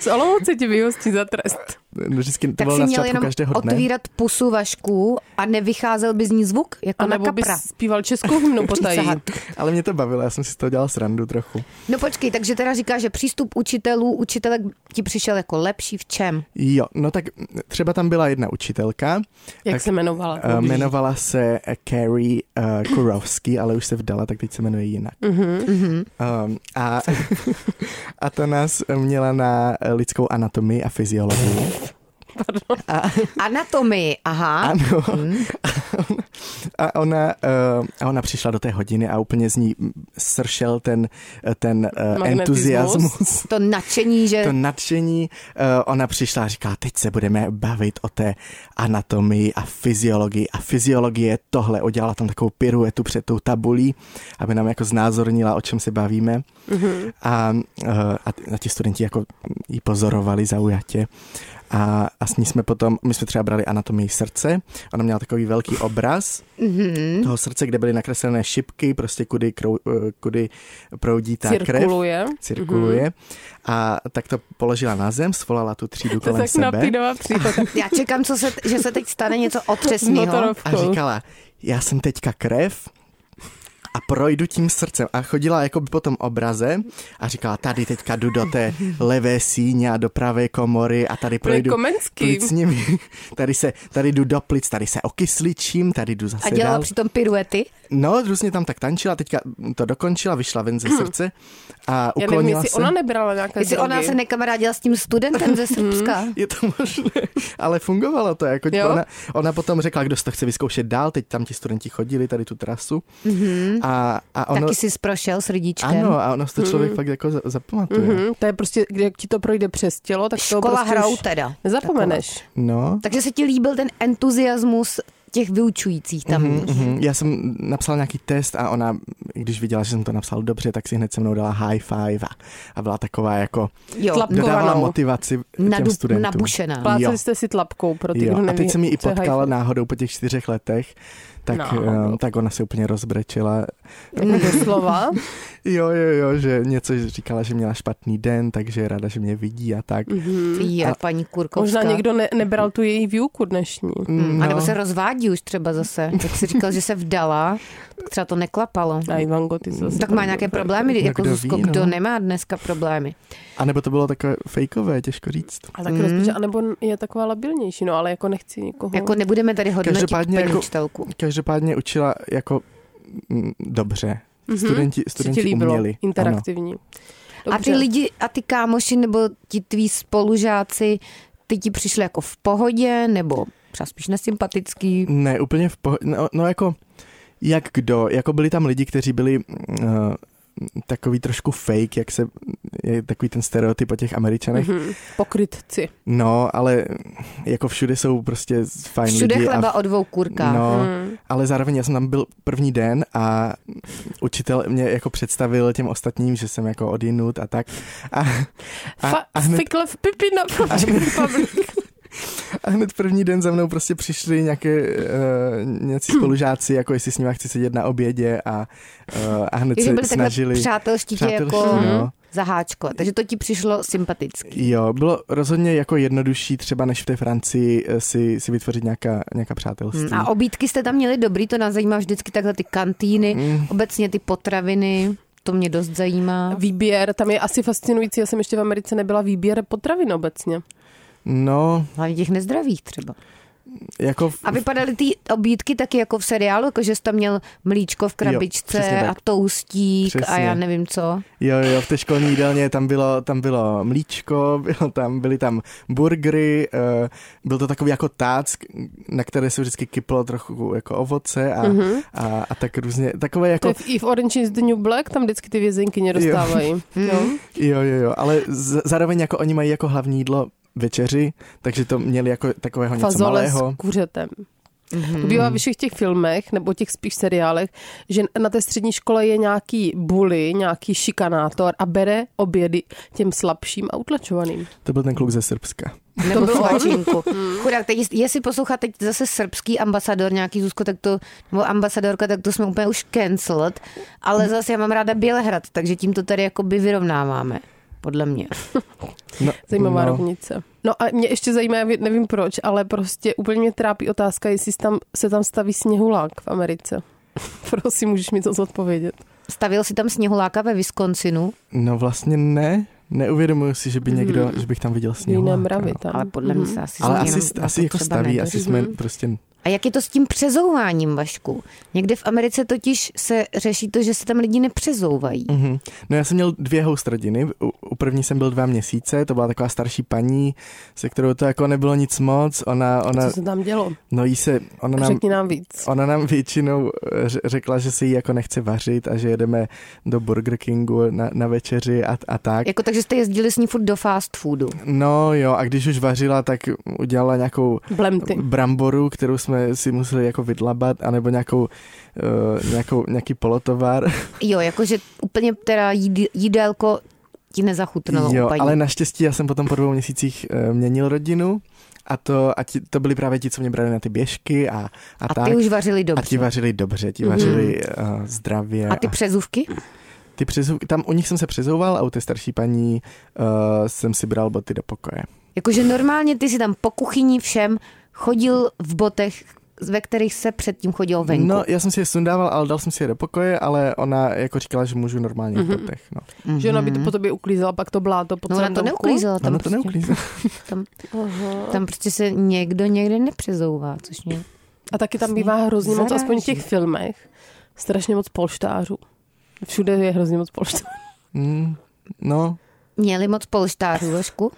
Speaker 4: Z Olomouce tě vyhostí za trest.
Speaker 5: vždycky to
Speaker 3: Tak
Speaker 5: bylo
Speaker 3: si
Speaker 5: na
Speaker 3: měl
Speaker 5: začátku
Speaker 3: jenom
Speaker 5: každého dne.
Speaker 3: otvírat pusu Vašku a nevycházel by z ní zvuk, jako
Speaker 4: A
Speaker 3: na
Speaker 4: nebo bys
Speaker 3: kapra.
Speaker 4: zpíval českou hymnu potají.
Speaker 3: Přísahat.
Speaker 5: Ale mě to bavilo, já jsem si z toho dělal srandu trochu.
Speaker 3: No počkej, takže teda říká, že přístup učitelů, učitelek ti přišel jako lepší v čem?
Speaker 5: Jo, no tak třeba tam byla jedna učitelka,
Speaker 4: Jak
Speaker 5: Tak,
Speaker 4: se jmenovala?
Speaker 5: eh, jmenovala se eh, Carrie eh, Kurovsky, ale už se vdala, tak teď se jmenuje jinak.
Speaker 3: Mhm.
Speaker 5: Um, a, a ta nás měla na eh, lidskou anatomii a fyziologii.
Speaker 3: Anatomii, aha. Hmm.
Speaker 5: Ano. A ona, eh, a ona přišla do té hodiny a úplně z ní mm, sršel ten, eh, ten eh,
Speaker 4: Magnetismus.
Speaker 5: entuziasmus.
Speaker 3: to nadšení, že
Speaker 5: To nadšení, Eh, ona přišla a říkala, teď se budeme bavit o té anatomii a fyziologii. A fyziologie je tohle, udělala tam takovou piruetu před tou tabulí, aby nám jako znázornila, o čem se bavíme. A, eh, a, t- a ti studenti jako ji pozorovali zaujatě. A, a s ní jsme potom, my jsme třeba brali anatomii srdce, ona měla takový velký obraz toho srdce, kde byly nakreslené šipky, prostě kudy, krou, eh, kudy proudí ta krev
Speaker 4: Cirkuluje. Mhm.
Speaker 5: cirkuluje. A tak to položila na zem, svolala tu třídu
Speaker 4: To je
Speaker 5: kolem
Speaker 4: tak
Speaker 5: sebe
Speaker 4: napínavá příhoda.
Speaker 3: já čekám, co se, že se teď stane něco
Speaker 4: S
Speaker 3: otřesného.
Speaker 5: a
Speaker 4: motorovkou.
Speaker 5: říkala, já jsem teďka krev a projdu tím srdcem. A chodila jako by po tom obraze a říkala, tady teďka jdu do té levé síně a do pravé komory a tady
Speaker 4: Pro
Speaker 5: projdu
Speaker 4: Komenský.
Speaker 5: plicními. Tady, se, tady jdu do plic, tady se okysličím, tady jdu zase
Speaker 3: A dělala
Speaker 5: dál.
Speaker 3: přitom piruety.
Speaker 5: No, různě tam tak tančila, teďka to dokončila, vyšla ven ze srdce a
Speaker 4: Já nevím,
Speaker 5: uklonila
Speaker 4: jestli
Speaker 5: se.
Speaker 4: ona nebrala nějaké
Speaker 3: Jestli
Speaker 4: drogy. Mhm.
Speaker 3: ona se nekamarádila s tím studentem ze Srbska.
Speaker 5: Je to možné, ale fungovalo to. Jako
Speaker 4: Jo?
Speaker 5: ona, ona potom řekla, kdo si to chce vyzkoušet dál, teď tam ti studenti chodili tady tu trasu.
Speaker 4: Mhm.
Speaker 5: Mm-hmm. A, a ono,
Speaker 3: Taky jsi prošel s rydíčkem.
Speaker 5: ano, a ono si to člověk mm-hmm. fakt jako za- zapamatuje. Mm-hmm.
Speaker 4: Mhm, to je prostě, kde jak ti to projde přes tělo, tak to
Speaker 3: Škola
Speaker 4: prostě
Speaker 3: hrou
Speaker 4: už
Speaker 3: teda.
Speaker 4: nezapomeneš.
Speaker 5: No.
Speaker 3: Takže se ti líbil ten entuziasmus těch vyučujících tam.
Speaker 5: Mm-hmm. Já jsem napsal nějaký test a ona, když viděla, že jsem to napsal dobře, tak si hned se mnou dala high five a, a byla taková jako,
Speaker 3: Jo,
Speaker 4: Tlapkovanou.
Speaker 5: dodávala motivaci těm
Speaker 3: nadup,
Speaker 5: studentům.
Speaker 3: nabušená.
Speaker 5: Pla-
Speaker 4: Pláceli
Speaker 5: Jo.
Speaker 4: jste si tlapkou pro ty, kdo
Speaker 5: Jo.
Speaker 4: neví,
Speaker 5: A teď jsem ji i
Speaker 4: co je
Speaker 5: potkala
Speaker 4: high
Speaker 5: náhodou po těch čtyřech letech, tak,
Speaker 4: Náhodou.
Speaker 5: no. tak ona se úplně rozbrečela,
Speaker 4: five. Doslova.
Speaker 5: Jo, jo, jo, že něco že říkala, že měla špatný den, takže je ráda, že mě vidí a tak.
Speaker 3: Jo, paní Kurkovská.
Speaker 4: Možná někdo ne, nebral tu její výuku dnešní.
Speaker 5: Mm,
Speaker 3: Hmm, A nebo
Speaker 5: no.
Speaker 3: se rozvádí už třeba zase. Jak jsi říkal, že se vdala, tak třeba to neklapalo.
Speaker 5: Mhm.
Speaker 4: A Ivanko, ty jsi zase
Speaker 3: Tak má nějaké problémy,
Speaker 5: No,
Speaker 3: jako
Speaker 5: kdo
Speaker 3: Zuzko,
Speaker 5: ví, no.
Speaker 3: kdo nemá dneska problémy.
Speaker 5: A nebo to bylo takové fejkové, těžko říct.
Speaker 4: A tak mm. a nebo je taková labilnější, no ale jako nechci nikoho.
Speaker 3: Mhm. Jako nebudeme tady hodnotit
Speaker 5: Každopádně
Speaker 3: paní
Speaker 5: jako-
Speaker 3: učitelku.
Speaker 5: Každopádně učila jako mm, dobře.
Speaker 4: Mhm.
Speaker 5: Studenti,
Speaker 4: Co ti
Speaker 5: studenti
Speaker 4: líbilo?
Speaker 5: uměli.
Speaker 4: Interaktivní.
Speaker 3: A ty lidi a ty kámoši nebo ti tví spolužáci, ty ti přišli jako v pohodě nebo třeba spíš nesympatický.
Speaker 5: Ano. Ne, úplně v pohodě. No, no jako, jak kdo? Jako byli tam lidi, kteří byli uh, takový trošku fake, jak se, je takový ten stereotyp o těch američanech.
Speaker 4: Mhm. Pokrytci.
Speaker 5: No, ale jako všude jsou prostě fajn
Speaker 3: Všude
Speaker 5: lidi.
Speaker 3: chleba
Speaker 5: a,
Speaker 3: o dvou kurkách.
Speaker 5: No,
Speaker 4: Mm.
Speaker 5: Ale zároveň já jsem tam byl první den a učitel mě jako představil těm ostatním, že jsem jako odinut a tak. A,
Speaker 4: A, Fa-
Speaker 5: a
Speaker 4: a
Speaker 5: hned-
Speaker 4: Fikle v pipi na Public Republic.
Speaker 5: A hned první den za mnou prostě přišli nějaké, uh, nějací spolužáci, jako jestli s nimi chci sedět na obědě a, uh, a hned
Speaker 3: Že byli
Speaker 5: se
Speaker 3: takhle
Speaker 5: snažili.
Speaker 3: přátelští tě jako
Speaker 5: Přátelští, no.
Speaker 3: zaháčko. Takže to ti přišlo sympatický.
Speaker 5: Jo, bylo rozhodně jako jednodušší třeba než v té Francii eh, si, si vytvořit nějaká, nějaká přátelství.
Speaker 3: Mm. A obídky jste tam měli dobrý, to nás zajímá vždycky takhle ty kantýny,
Speaker 5: Hm.
Speaker 3: obecně ty potraviny, to mě dost
Speaker 5: No.
Speaker 3: zajímá.
Speaker 4: Výběr, tam je asi fascinující, já jsem ještě v Americe nebyla výběr potravin obecně.
Speaker 5: No,
Speaker 3: Hlavně těch nezdravých třeba.
Speaker 5: jako... v-
Speaker 3: A vypadaly ty obídky taky jako v seriálu, jako že jsi tam měl mlíčko v krabičce
Speaker 5: přesně tak.
Speaker 3: a toustík a
Speaker 5: Přesně.
Speaker 3: já nevím co.
Speaker 5: Jo, jo, v té školní jídelně tam bylo, tam bylo mlíčko, bylo tam, byly tam burgery, uh, byl to takový jako tác, na které se vždycky kyplo trochu jako ovoce a, mm-hmm. a, a tak různě, takové
Speaker 4: Mhm. To
Speaker 5: jako,
Speaker 4: je v, i v Orange is the New Black, tam vždycky ty vězenkyně dostávají. No.
Speaker 5: jo, jo, jo, ale z, zároveň jako oni mají jako hlavní jídlo večeři, takže to měli jako takového něco
Speaker 4: Fazole s
Speaker 5: malého.
Speaker 4: kuřetem.
Speaker 3: Mhm.
Speaker 4: Mm-hmm. Bývá ve všech těch filmech, nebo těch spíš seriálech, že na té střední škole je nějaký bully, nějaký šikanátor a bere obědy těm slabším a utlačovaným.
Speaker 5: To byl ten kluk ze Srbska.
Speaker 3: Nebo v Pačinku. Chudák, teď, jest- jestli poslouchá teď zase srbský ambasador nějaký Zuzko, tak to, nebo ambasadorka, tak to jsme úplně už cancelled, ale zase já mám ráda Bělehrad, takže tím to tady jakoby vyrovnáváme. Podle mě.
Speaker 5: No,
Speaker 4: Zajímavá
Speaker 5: no.
Speaker 4: no. rovnice. No a mě ještě zajímá, já vě- nevím proč, ale prostě úplně mě trápí otázka, jestli s tam, se tam staví sněhulák v Americe. Prosím, můžeš mi to zodpovědět.
Speaker 3: Stavil si tam sněhuláka ve Wisconsinu,
Speaker 5: No vlastně ne, neuvědomuji si, že by někdo, hmm. že bych tam viděl
Speaker 4: Mhm. Jiné
Speaker 5: sněhu.
Speaker 4: mravy tam. Mhm.
Speaker 3: ale podle
Speaker 4: Hmm.
Speaker 3: mě se asi
Speaker 5: Ale
Speaker 3: jenom
Speaker 5: asi,
Speaker 3: na
Speaker 5: asi
Speaker 3: to
Speaker 5: jako
Speaker 3: třeba
Speaker 5: staví,
Speaker 3: nedojde.
Speaker 5: asi jsme prostě...
Speaker 3: A jak je to s tím přezouváním, Vašku? Někde v Americe totiž se řeší to, že se tam lidi nepřezouvají.
Speaker 5: Mhm. No já jsem měl dvě host rodiny, u, u první jsem byl dva měsíce, to byla taková starší paní, se kterou to jako nebylo nic moc, ona, ona,
Speaker 4: Co se tam dělo?
Speaker 5: no jí se, ona nám,
Speaker 4: Řekni nám víc.
Speaker 5: ona nám většinou eh, ř- řekla, že si jí jako nechce vařit a že jedeme do Burger Kingu na, na večeři a, a tak.
Speaker 3: Jako takže jste jezdili s ní furt do fast foodu.
Speaker 5: No jo, a když už vařila, tak udělala nějakou
Speaker 4: Blemty.
Speaker 5: bramboru, kterou jsme si museli jako vydlabat, anebo nějakou, uh, nějakou nějaký polotovar.
Speaker 3: Jo, jakože úplně teda jíd- jídelko ti nezachutnalo
Speaker 5: jo,
Speaker 3: u paní.
Speaker 5: ale naštěstí já jsem potom po dvou měsících eh, měnil rodinu a to, a ti, to byli právě ti, co mě brali na ty běžky a, a,
Speaker 3: A
Speaker 5: tak.
Speaker 3: ty už vařili
Speaker 5: a
Speaker 3: dobře. Mhm.
Speaker 5: ti vařili dobře, ti vařili uh, zdravě.
Speaker 3: A ty přezůvky?
Speaker 5: a ty přezou, tam u nich jsem se přezouval a u té starší paní uh, jsem si bral boty do pokoje.
Speaker 3: Jakože normálně ty si tam po kuchyni všem chodil v botech, ve kterých se předtím chodil venku.
Speaker 5: No, já jsem si je sundával, ale dal jsem si je do pokoje, ale ona jako říkala, že můžu normálně
Speaker 3: Mhm.
Speaker 5: v botech. No.
Speaker 4: Mm-hmm. Že ona by to po tobě uklízela, pak to bláto po
Speaker 3: no ona
Speaker 4: celém
Speaker 3: to
Speaker 4: domku.
Speaker 3: neuklízela tam,
Speaker 5: Ona to
Speaker 3: prostě,
Speaker 5: neuklízela.
Speaker 3: tam, tam prostě se někdo někde nepřezouvá, což mě...
Speaker 4: A taky tam bývá hrozně moc, aspoň v
Speaker 3: Zaráží.
Speaker 4: těch filmech, strašně moc polštářů. Všude je hrozně moc polštářů.
Speaker 5: Mm, no,
Speaker 3: Měli moc polštářů, Vašku.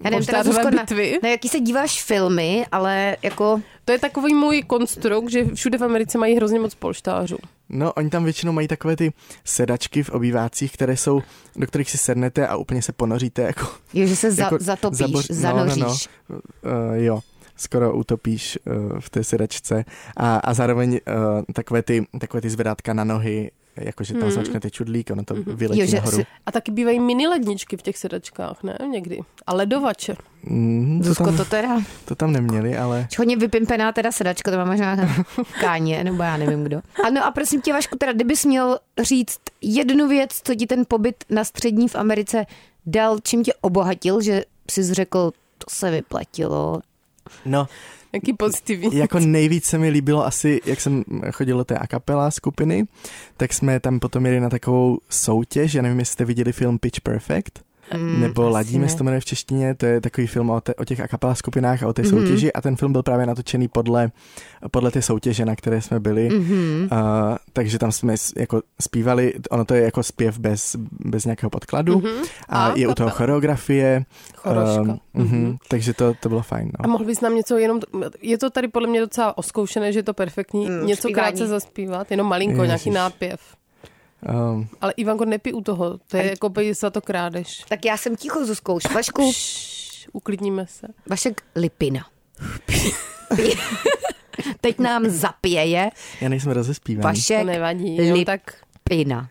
Speaker 3: Já nevím, teda
Speaker 4: Polštářové
Speaker 3: Zuzko, na,
Speaker 4: bitvy?
Speaker 3: na jaký se díváš filmy, ale jako...
Speaker 4: To je takový můj konstrukt, že všude v Americe mají hrozně moc polštářů.
Speaker 5: No, oni tam většinou mají takové ty sedačky v obývácích, které jsou, do kterých si sednete a úplně se ponoříte, jako,
Speaker 3: Jo, že se za,
Speaker 5: jako
Speaker 3: zatopíš,
Speaker 5: zabo-
Speaker 3: zanoříš.
Speaker 5: No, no, no. Uh, jo, skoro utopíš uh, v té sedačce a, a zároveň uh, takové, ty, takové ty zvedátka na nohy, jakože tam zmačknete čudlík, ono to vyletí
Speaker 3: Mhm. Jo, že
Speaker 5: nahoru.
Speaker 3: si-
Speaker 4: A taky bývají mini ledničky v těch sedačkách, ne? Někdy. A ledovače.
Speaker 5: Mm, to,
Speaker 3: Zuzko,
Speaker 5: tam,
Speaker 3: to teda...
Speaker 5: to tam neměli, ale...
Speaker 3: Hodně vypimpená teda sedačka, to má možná káně, nebo já nevím kdo. Ano a prosím tě, Vašku, teda kdybys měl říct jednu věc, co ti ten pobyt na střední v Americe dal, čím tě obohatil, že jsi řekl, to se vyplatilo.
Speaker 5: No,
Speaker 4: Jaký pozitivní.
Speaker 5: jako nejvíc se mi líbilo asi, jak jsem chodil do té a capella skupiny, tak jsme tam potom jeli na takovou soutěž, já nevím, jestli jste viděli film Pitch Perfect, mm, nebo
Speaker 3: asi
Speaker 5: Ladíme
Speaker 3: ne.
Speaker 5: se to jmenuje v češtině, to je takový film o, te, o těch a capella skupinách a
Speaker 3: Mhm.
Speaker 5: o té mm-hmm. soutěži a ten film byl právě natočený podle, podle té soutěže, na které jsme
Speaker 3: Mhm.
Speaker 5: byli, mm-hmm. uh, takže tam jsme s- jako zpívali, ono to je jako zpěv bez, bez nějakého podkladu mm-hmm. a,
Speaker 4: Mhm. A
Speaker 5: a je u toho choreografie,
Speaker 4: Choroška.
Speaker 5: mm-hmm. takže to, to bylo fajn.
Speaker 4: A
Speaker 5: No.
Speaker 4: mohl bys nám něco jenom, je to tady podle mě docela oskoušené, že je to perfektní,
Speaker 3: Mm,
Speaker 4: mm, něco
Speaker 3: zpívání.
Speaker 4: krátce zaspívat, jenom malinko,
Speaker 5: Ježiš.
Speaker 4: nějaký nápěv.
Speaker 5: Um,
Speaker 4: Ale Ivanko, nepij u toho, to je jako by za to krádeš.
Speaker 3: Tak já jsem ticho, Zuzko, už. Vašku,
Speaker 4: Šš, uklidníme se.
Speaker 3: Vašek Lipina. Teď nám zapěje
Speaker 5: já nejsem rozespívaný.
Speaker 4: To
Speaker 3: Vašek
Speaker 4: nevadí, jo,
Speaker 3: Lipina.
Speaker 4: tak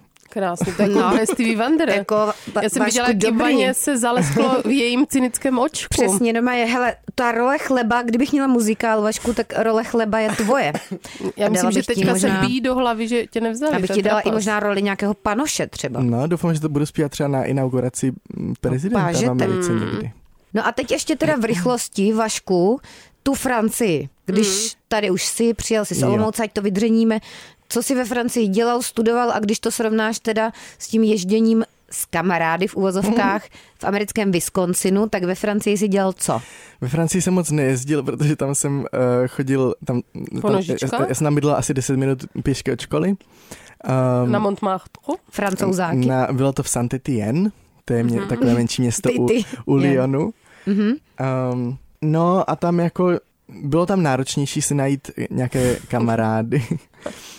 Speaker 4: Krásně, to je jako
Speaker 3: No.
Speaker 4: úplně Stevie Wonder.
Speaker 3: Jako,
Speaker 4: Já jsem viděla, jak i vaně se zalesklo v jejím cynickém očku.
Speaker 3: Přesně, doma je, hele, ta role chleba, kdybych měla muzikál, Vašku, tak role chleba je tvoje.
Speaker 4: Já
Speaker 3: A dala
Speaker 4: myslím, že
Speaker 3: bych ti
Speaker 4: teďka se
Speaker 3: možná-
Speaker 4: bíjí do hlavy, že tě nevzali.
Speaker 3: Abych
Speaker 4: to je
Speaker 3: ti dala i
Speaker 4: trapas.
Speaker 3: možná roli nějakého panoše třeba.
Speaker 5: No, doufám, že to budu zpívat třeba na inauguraci mm, prezidenta v
Speaker 3: Pážete.
Speaker 5: Americe někdy.
Speaker 3: No a teď ještě
Speaker 5: Mm.
Speaker 3: teda v rychlosti, Vašku, tu Francii. Když tady už si přijel si z
Speaker 5: Mm. Jo.
Speaker 3: Olomouce, ať to vydřeníme. Co si ve Francii dělal, studoval a když to srovnáš teda s tím ježděním s kamarády v uvozovkách v americkém Wisconsinu, tak ve Francii si dělal co?
Speaker 5: Ve Francii jsem moc nejezdil, protože tam jsem uh, chodil, tam,
Speaker 4: Po
Speaker 5: tam
Speaker 4: nožičkách?
Speaker 5: já, já jsem tam bydlel asi 10 minut pěšky od školy. Um,
Speaker 4: Na Montmartre.
Speaker 3: Francouzáky.
Speaker 5: Na, bylo to v saint Etienne, to je mě, mm-hmm. takové menší město
Speaker 3: Ty,
Speaker 5: u,
Speaker 3: ty.
Speaker 5: u
Speaker 3: Je.
Speaker 5: Lyonu. Mm-hmm. Um, no a tam jako bylo tam náročnější si najít nějaké kamarády.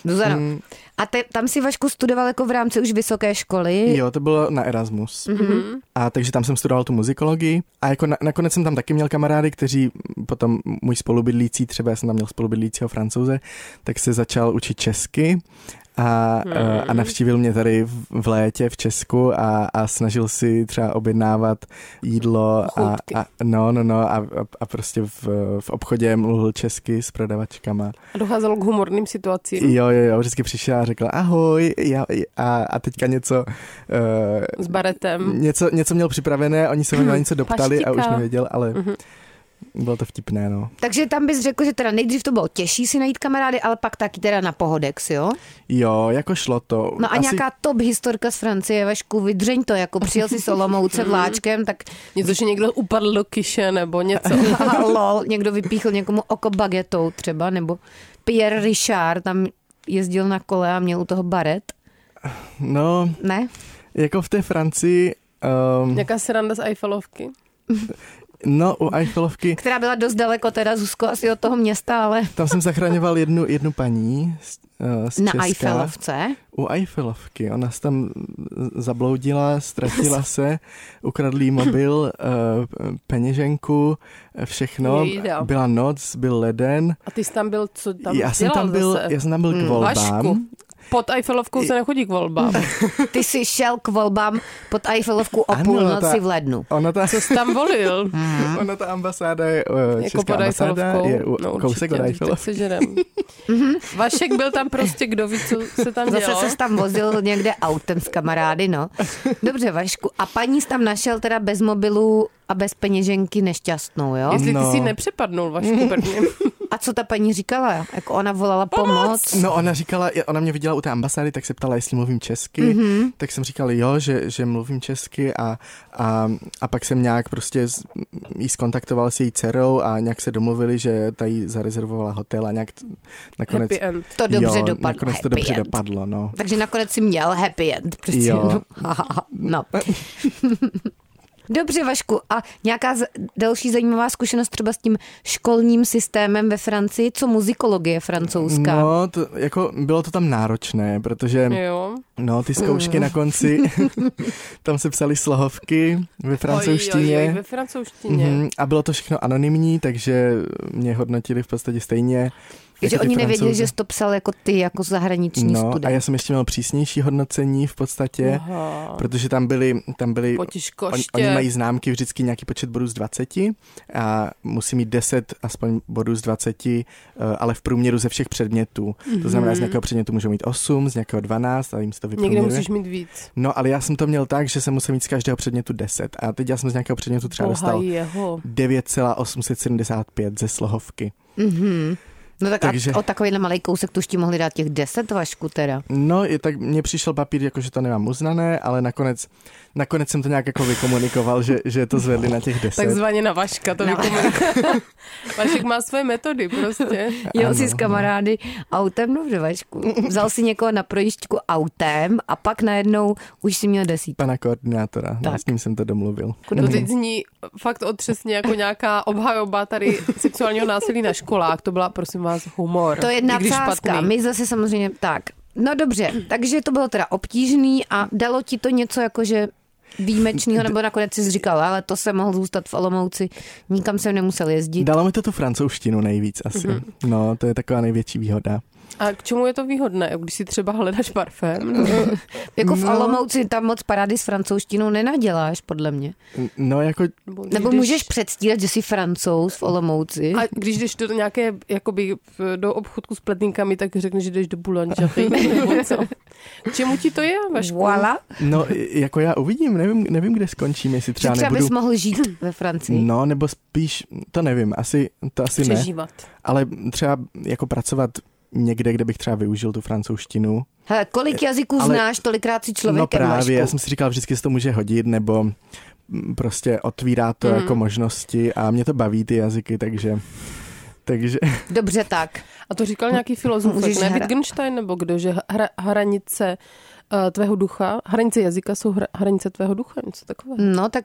Speaker 3: Zuzano.
Speaker 5: Mm.
Speaker 3: A te, tam si Vašku studoval jako v rámci už vysoké školy.
Speaker 5: jo, to bylo na Erasmus. Mm-hmm. A takže tam jsem studoval tu muzikologii. A jako na, nakonec jsem tam taky měl kamarády, kteří potom můj spolubydlící, třeba já jsem tam měl spolubydlícího francouze, tak se začal učit česky. A, eh, a navštívil mě tady v- v létě v Česku a, a snažil si třeba objednávat jídlo a,
Speaker 4: Chutky.
Speaker 5: a no, no, no a, a- a prostě v, v obchodě mluvil česky s prodavačkama.
Speaker 4: A docházelo k humorným situacím.
Speaker 5: Jo, jo, jo, vždycky přišel a řekl ahoj já, a, a teďka něco eh,
Speaker 4: S baretem.
Speaker 3: Mm.
Speaker 5: Něco, něco měl připravené, oni se ho
Speaker 3: Mhm.
Speaker 5: na něco doptali a už
Speaker 4: Paštika.
Speaker 5: nevěděl, ale bylo to vtipné, no.
Speaker 3: Takže tam bys řekl, že teda nejdřív to bylo těžší si najít kamarády, ale pak taky teda na pohodex, jo?
Speaker 5: Jo, jako šlo to.
Speaker 3: No a Asi... nějaká top historka z Francie, Vašku, vydřeň to, jako přijel si Solomouce vláčkem, tak
Speaker 4: Něco, že někdo upadl do kyše nebo něco.
Speaker 3: lol, někdo vypíchl někomu oko bagetou třeba, nebo Pierre Richard tam jezdil na kole a měl u toho baret,
Speaker 5: No,
Speaker 3: ne?
Speaker 5: jako v té Francii, um,
Speaker 4: Nějaká sranda z Eiffelovky.
Speaker 5: no u Eiffelovky,
Speaker 3: Která byla dost daleko teda, Zuzko, asi od toho města, ale
Speaker 5: tam jsem zachraňoval jednu, jednu paní z, eh, z
Speaker 3: na
Speaker 5: Česka.
Speaker 3: Eiffelovce.
Speaker 5: U Eiffelovky, ona se tam eh, zabloudila, ztratila se, ukradl jí mobil, eh, peněženku, eh, všechno.
Speaker 4: Jejda.
Speaker 5: Byla noc, byl leden.
Speaker 4: A ty jsi tam byl, co tam
Speaker 5: já, jsem
Speaker 4: dělal
Speaker 5: tam byl,
Speaker 4: zase?
Speaker 5: já jsem tam byl
Speaker 3: Hmm.
Speaker 5: k volbám.
Speaker 4: Vašku, pod Eiffelovkou se nechodí k volbám.
Speaker 3: Ty jsi šel k volbám pod Eiffelovku o
Speaker 5: Ano, no
Speaker 3: půlnoci
Speaker 5: ta-
Speaker 3: v lednu.
Speaker 5: Ona ta,
Speaker 4: Co jsi tam volil?
Speaker 5: Ona ta ambasáda je, eh,
Speaker 4: Jako
Speaker 5: česká
Speaker 4: pod
Speaker 5: ambasáda
Speaker 4: Eiffelovkou.
Speaker 5: je u, no, kousek od
Speaker 4: určitě,
Speaker 5: Eiffelovky.
Speaker 4: Tak se žerem. Vašek byl tam prostě, kdo ví, co se tam
Speaker 3: Zase
Speaker 4: dělo.
Speaker 3: se tam vozil někde autem s kamarády, no. Dobře, Vašku. A paní jsi tam našel teda bez mobilu a bez peněženky nešťastnou, jo?
Speaker 4: Jestli ty
Speaker 5: No. Mhm.
Speaker 4: si nepřepadnul, Vašku, prvně.
Speaker 3: A co ta paní říkala? Jako ona volala pomoc?
Speaker 5: No ona říkala, ona mě viděla u té ambasády, tak se ptala, jestli mluvím česky,
Speaker 3: Mhm.
Speaker 5: mm-hmm. tak jsem říkal, jo, že, že mluvím česky a, a, a pak jsem nějak prostě s- jí skontaktoval s její dcerou a nějak se domluvili, že ta jí zarezervovala hotel a nějak t- nakonec...
Speaker 4: Happy end.
Speaker 3: To dobře
Speaker 5: jo,
Speaker 3: dopadlo.
Speaker 5: nakonec to
Speaker 3: happy
Speaker 5: dobře
Speaker 3: end.
Speaker 5: dopadlo, no.
Speaker 3: Takže nakonec si měl happy end. Prostě,
Speaker 5: Jo.
Speaker 3: no. no. Dobře, Vašku. A nějaká z- další zajímavá zkušenost třeba s tím školním systémem ve Francii? Co muzikologie francouzská?
Speaker 5: No, to, jako bylo to tam náročné, protože...
Speaker 4: Jo.
Speaker 5: No, ty zkoušky na konci, tam se psaly slohovky ve francouzštině.
Speaker 4: Oj, oj, oj, ve francouzštině.
Speaker 5: Mhm, a bylo to všechno anonymní, takže mě hodnotili v podstatě stejně.
Speaker 3: Že
Speaker 5: jako ty
Speaker 3: oni nevěděli,
Speaker 5: Francouzi.
Speaker 3: že jsi to psal jako ty, jako zahraniční
Speaker 5: No, a
Speaker 3: student.
Speaker 5: já jsem ještě měl přísnější hodnocení v podstatě,
Speaker 4: Aha.
Speaker 5: protože tam byly, tam byly on,
Speaker 4: Potiškoště.
Speaker 5: oni mají známky vždycky nějaký počet bodů z 20 a musí mít 10 aspoň bodů z 20, eh, ale v průměru ze všech předmětů. To
Speaker 4: Mhm.
Speaker 5: znamená, jako- z nějakého předmětu můžou mít 8, z nějakého 12 a jim se to
Speaker 4: Někde
Speaker 5: vyprůměruje.
Speaker 4: musíš mít víc.
Speaker 5: No, ale já jsem to měl tak, že jsem musel mít z každého předmětu 10 a teď já jsem z nějakého předmětu třeba
Speaker 4: Boha
Speaker 5: dostal
Speaker 4: jeho.
Speaker 5: 9,875 ze slohovky.
Speaker 3: No tak
Speaker 5: Takže-
Speaker 3: a o takovýhle malý kousek tušti mohli dát těch 10 vašku teda.
Speaker 5: No, je tak mně přišel papír, jako že to nemám uznané, ale nakonec, nakonec jsem to nějak jako vykomunikoval, že, že to zvedli na těch 10.
Speaker 4: Takzvaně na Vaška to no. Vašek má svoje metody prostě.
Speaker 3: Jel si
Speaker 5: Ano,
Speaker 3: s kamarády autem, dobře vašku. Vzal si někoho na projížďku autem a pak najednou už si měl desítku.
Speaker 5: Pana koordinátora, no,
Speaker 3: Tak.
Speaker 5: s ním jsem to domluvil.
Speaker 4: To teď zní fakt otřesně jako nějaká obhajoba tady sexuálního násilí na školách. To byla, prosím vás, humor.
Speaker 3: To je
Speaker 4: I když
Speaker 3: nadsázka.
Speaker 4: špatný.
Speaker 3: My zase samozřejmě tak. No dobře, takže to bylo teda obtížný a dalo ti to něco jako, že výjimečného, nebo nakonec jsi říkal, ale to jsem mohl zůstat v Olomouci, nikam jsem nemusel jezdit.
Speaker 5: Dalo mi to tu francouzštinu nejvíc asi. Mm-hmm. No, to je taková největší výhoda.
Speaker 4: A k čemu je to výhodné, když si třeba hledáš parfém?
Speaker 3: Jako
Speaker 4: no.
Speaker 3: v Olomouci tam moc parády s francouzštinou nenaděláš, podle mě.
Speaker 5: N- No, jako
Speaker 3: Nebo
Speaker 4: když-
Speaker 3: můžeš předstírat, že jsi francouz v Olomouci.
Speaker 4: A když jdeš do nějaké, jakoby v- do obchodku s pletníkami, tak řekneš, že jdeš do boulangerie. nebo co? K čemu ti to je, Vašku?
Speaker 3: Voilà.
Speaker 5: No, i- jako já uvidím, nevím, nevím kde skončím, jestli
Speaker 3: Že
Speaker 5: třeba,
Speaker 3: třeba
Speaker 5: nebudu...
Speaker 3: bys mohl žít ve Francii.
Speaker 5: No, nebo spíš, to nevím, asi, to asi ne,
Speaker 4: Přežívat.
Speaker 5: ale třeba jako pracovat někde, kde bych třeba využil tu francouzštinu.
Speaker 3: Hele, kolik jazyků
Speaker 5: Ale-
Speaker 3: znáš, tolikrát si
Speaker 5: no
Speaker 3: člověkem
Speaker 5: právě, já
Speaker 3: Vašku.
Speaker 5: jsem si říkal, vždycky se to může hodit, nebo mm, prostě otvírá
Speaker 4: Mhm.
Speaker 5: to mm. jako možnosti a mě to baví ty jazyky, takže... Takže
Speaker 3: Dobře tak.
Speaker 4: A to říkal nějaký filozof,
Speaker 3: Můžeš
Speaker 4: ne
Speaker 3: hra-
Speaker 4: Wittgenstein nebo kdo, že hra, hranice eh, tvého ducha, hranice jazyka jsou hra, hranice tvého ducha, něco takového.
Speaker 3: No tak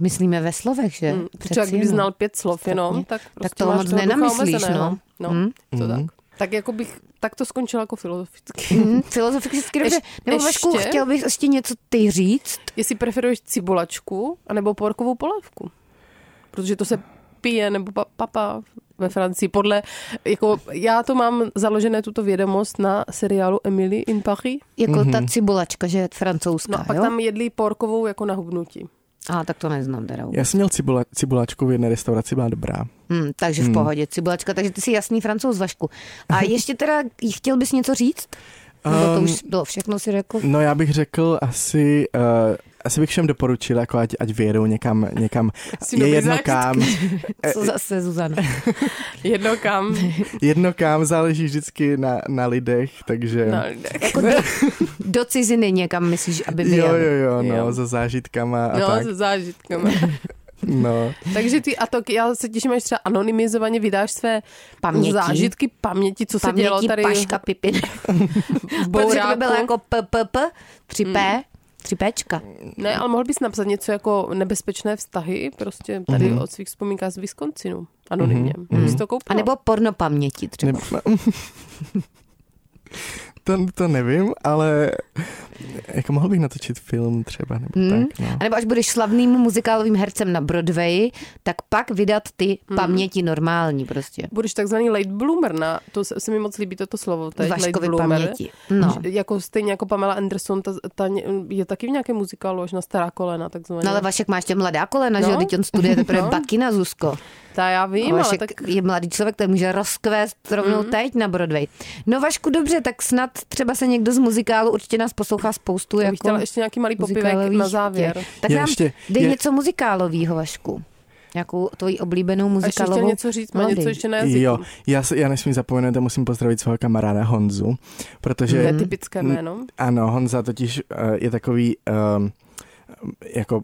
Speaker 3: myslíme ve slovech, že?
Speaker 4: Hmm.
Speaker 3: Přeci
Speaker 4: Člověk by
Speaker 3: jenom.
Speaker 4: znal pět slov jenom, tak prostě
Speaker 3: toho
Speaker 4: máš
Speaker 3: moc
Speaker 4: toho ducha
Speaker 3: nenamyslíš,
Speaker 4: omezeného. No,
Speaker 3: Hmm.
Speaker 4: to
Speaker 5: Mm.
Speaker 4: tak. Tak jako bych, tak to skončilo jako filozoficky.
Speaker 3: Mm, filozoficky dobře.
Speaker 4: Eš-
Speaker 3: Nebo Vašku,
Speaker 4: ještě?
Speaker 3: chtěl bych ještě něco ty říct?
Speaker 4: Jestli preferuješ cibulačku anebo porkovou polévku. Protože to se pije nebo pa- papa ve Francii. Podle, jako já to mám založené tuto vědomost na seriálu Emily in Paris.
Speaker 3: Jako mm-hmm.
Speaker 5: Mhm.
Speaker 3: ta cibulačka, že je francouzská,
Speaker 4: No a pak
Speaker 3: jo?
Speaker 4: tam jedli porkovou jako na hubnutí.
Speaker 3: A tak to neznám teda.
Speaker 5: já jsem měl cibula, cibulačku v jedné restauraci, byla dobrá.
Speaker 3: Hmm, takže v pohodě, cibulačka, takže ty jsi jasný francouz, Vašku. A ještě teda, chtěl bys něco říct? Nebo to
Speaker 5: Ehm,
Speaker 3: už bylo všechno, si řekl?
Speaker 5: No já bych řekl asi, uh, asi bych všem doporučil, jako ať, ať vědou někam, někam.
Speaker 4: Jsi
Speaker 5: Je
Speaker 4: dobrý
Speaker 5: jedno
Speaker 4: zážitky.
Speaker 5: kam, E,
Speaker 3: Co zase, Zuzana?
Speaker 4: Jedno kam
Speaker 5: jedno kam, záleží vždycky na, na lidech, takže...
Speaker 4: na lidech.
Speaker 3: Jako do, do ciziny někam, myslíš, aby
Speaker 5: Jo,
Speaker 3: vyjel?
Speaker 5: jo, jo, no,
Speaker 4: Jo.
Speaker 5: jo. za zážitkama a
Speaker 4: No,
Speaker 5: tak,
Speaker 4: se zážitkama.
Speaker 5: no.
Speaker 4: Takže ty, a to, já se těším, až třeba anonymizovaně vydáš své
Speaker 3: Paměti.
Speaker 4: zážitky, paměti, co se dělo
Speaker 3: Paměti
Speaker 4: tady
Speaker 3: paška pipin.
Speaker 4: v
Speaker 3: Protože to by
Speaker 4: Bouráku.
Speaker 3: bylo jako PPP,
Speaker 4: Hmm.
Speaker 3: 3P, 3Pčka.
Speaker 4: No. Ne, ale mohl bys napsat něco jako nebezpečné vztahy, prostě tady mm-hmm. od svých vzpomínká z Wisconsinu, anonymně. Mm-hmm. Bys to koupil?
Speaker 3: Mhm. A nebo porno paměti třeba.
Speaker 5: Ne, to, to nevím, ale jako mohl bych natočit film třeba, nebo
Speaker 3: Hmm?
Speaker 5: tak, no.
Speaker 3: A nebo až budeš slavným muzikálovým hercem na Broadwayi, tak pak vydat ty
Speaker 4: Hmm.
Speaker 3: paměti normální prostě.
Speaker 4: Budeš takzvaný late bloomer, na, to se, se mi moc líbí toto slovo, teď, late
Speaker 3: Vaškovi
Speaker 4: bloomer.
Speaker 3: paměti. No.
Speaker 4: Že- Jako stejně jako Pamela Anderson, ta, ta ně- je taky v nějakém muzikálu, až na stará kolena, takzvaně.
Speaker 3: No ale Vašek má ještě mladá kolena, no? že jo?
Speaker 4: No.
Speaker 3: Teď on studuje teprve
Speaker 4: No.
Speaker 3: no? bakina, Zuzko.
Speaker 4: Ta já vím,
Speaker 3: A
Speaker 4: ale
Speaker 3: Vašek
Speaker 4: tak Mhm.
Speaker 3: je mladý člověk, ten může rozkvést rovnou mm. teď na Broadway. No Vašku, dobře, tak snad třeba se někdo z muzikálu, určitě nás poslouchá spoustu
Speaker 4: já
Speaker 3: jako
Speaker 4: bych chtěla ještě nějaký malý popivek
Speaker 3: muzikálových
Speaker 4: na závěr.
Speaker 3: děl. Tak
Speaker 5: Je
Speaker 3: nám
Speaker 5: ještě-
Speaker 3: dej
Speaker 5: je-
Speaker 3: něco muzikálového, Vašku. Nějakou tvoji oblíbenou
Speaker 4: A ještě chtěl
Speaker 3: muzikálovou
Speaker 4: něco říct, má něco
Speaker 3: melodii.
Speaker 4: ještě na jazyku.
Speaker 5: Jo, já, se, já nesmím zapomenout, já musím pozdravit svého kamaráda Honzu,
Speaker 4: To
Speaker 5: protože
Speaker 4: je
Speaker 5: Mm.
Speaker 4: typické jméno.
Speaker 5: Ano, Honza totiž eh, je takový um, jako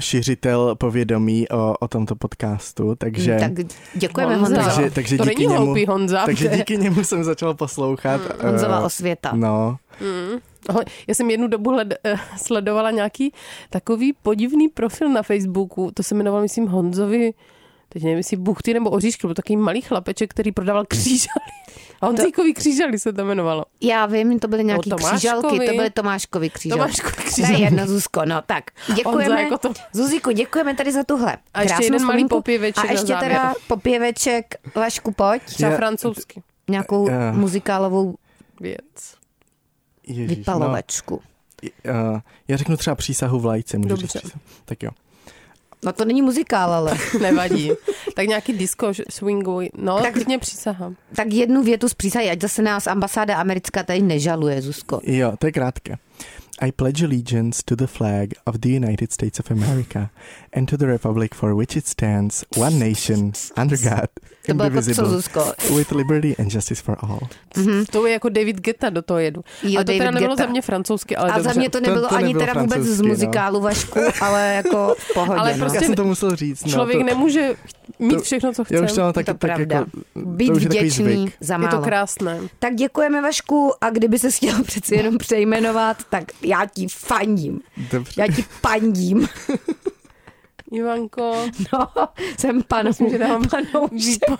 Speaker 5: šiřitel povědomí o, o tomto podcastu, takže,
Speaker 3: Hmm, Tak děkujeme
Speaker 4: Honzo.
Speaker 3: Honzo.
Speaker 5: takže, takže
Speaker 4: to
Speaker 5: díky
Speaker 4: není
Speaker 5: němu,
Speaker 4: hloupý Honza.
Speaker 5: takže
Speaker 4: to je-
Speaker 5: díky němu jsem začal poslouchat.
Speaker 3: Honzová
Speaker 5: eh,
Speaker 3: osvěta.
Speaker 5: No,
Speaker 4: Ahoj, Já jsem jednu dobu hled, eh, sledovala nějaký takový podivný profil na Facebooku, to se jmenoval, myslím, Honzovi, teď nevím, jestli buchty nebo oříšky, byl takový malý chlapeček, který prodával křížaly. A Honzíkovi křížaly se to jmenovalo.
Speaker 3: Já vím, to byly nějaký
Speaker 4: No, Tomáškovi.
Speaker 3: křížalky, to byly Tomáškovi křížalky.
Speaker 4: Tomáškovi
Speaker 3: To
Speaker 4: křížalky.
Speaker 3: je jedno, Zuzko, no tak. Děkujeme,
Speaker 4: jako to-
Speaker 3: Zuziku, děkujeme tady za tuhle
Speaker 4: A ještě
Speaker 3: krásnou
Speaker 4: jeden malý
Speaker 3: vzpomínku.
Speaker 4: popěveček
Speaker 3: A
Speaker 4: na
Speaker 3: ještě teda
Speaker 4: závěr.
Speaker 3: popěveček, Vašku, pojď.
Speaker 4: Třeba
Speaker 5: Já-
Speaker 4: francouzsky
Speaker 3: Nějakou
Speaker 5: Eh.
Speaker 3: muzikálovou
Speaker 4: věc.
Speaker 5: ježiš,
Speaker 3: vypalovačku.
Speaker 5: No, uh, já řeknu třeba přísahu v lajce, můžu
Speaker 4: Dobře.
Speaker 5: říct přísahu. Tak jo.
Speaker 3: No to není muzikál, ale.
Speaker 4: Nevadí. Tak nějaký disco š- swingový. No, tak mě přísahám.
Speaker 3: Tak jednu větu z přísahy, ať zase nás ambasáda americká tady nežaluje, Zuzko.
Speaker 5: Jo, to je krátké. I pledge allegiance to the flag of the United States of America and to the republic for which it stands, one nation, under God,
Speaker 3: To bylo jako co,
Speaker 5: indivisible,
Speaker 3: Zuzko?
Speaker 5: with liberty and justice for all.
Speaker 4: To je jako David Geta do toho jedu.
Speaker 3: Mhm. Jo,
Speaker 4: a to teda
Speaker 3: David
Speaker 4: nebylo
Speaker 3: Guetta.
Speaker 4: za mě francouzsky, ale
Speaker 3: A
Speaker 4: dobře.
Speaker 3: za mě to
Speaker 5: To-
Speaker 3: nebylo
Speaker 5: to
Speaker 3: ani
Speaker 5: nebylo
Speaker 3: teda vůbec z
Speaker 5: francouzsky, no.
Speaker 3: muzikálu, Vašku, ale jako v pohodě.
Speaker 4: Ale
Speaker 3: no.
Speaker 4: prostě
Speaker 5: Já jsem to musel říct. No,
Speaker 4: Člověk
Speaker 5: to,
Speaker 4: nemůže chtít- mít
Speaker 5: to-
Speaker 4: všechno, co chce.
Speaker 5: já už to mám tak,
Speaker 3: to
Speaker 5: tak
Speaker 3: pravda.
Speaker 5: jako,
Speaker 3: Být
Speaker 5: to už je takový
Speaker 3: vděčný
Speaker 5: zvyk.
Speaker 3: za
Speaker 4: Je
Speaker 3: málo.
Speaker 4: to krásné.
Speaker 3: Tak děkujeme Vašku a kdyby se chtěl přeci jenom přejmenovat, tak já ti fandím.
Speaker 5: Dobře.
Speaker 3: Já ti pandím.
Speaker 4: Ivanko,
Speaker 3: No, jsem panu,
Speaker 4: Myslím, že dám
Speaker 3: panoušek.
Speaker 4: výpo-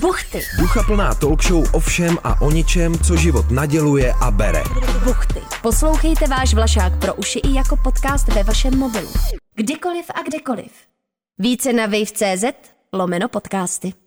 Speaker 1: Buchty,
Speaker 2: Duchaplná talk show o všem a o ničem, co život naděluje a bere.
Speaker 1: buchty. Poslouchejte váš Vlašák pro uši i jako podcast ve vašem mobilu. Kdykoliv a kdekoliv. Více na wave.cz lomeno podcasty.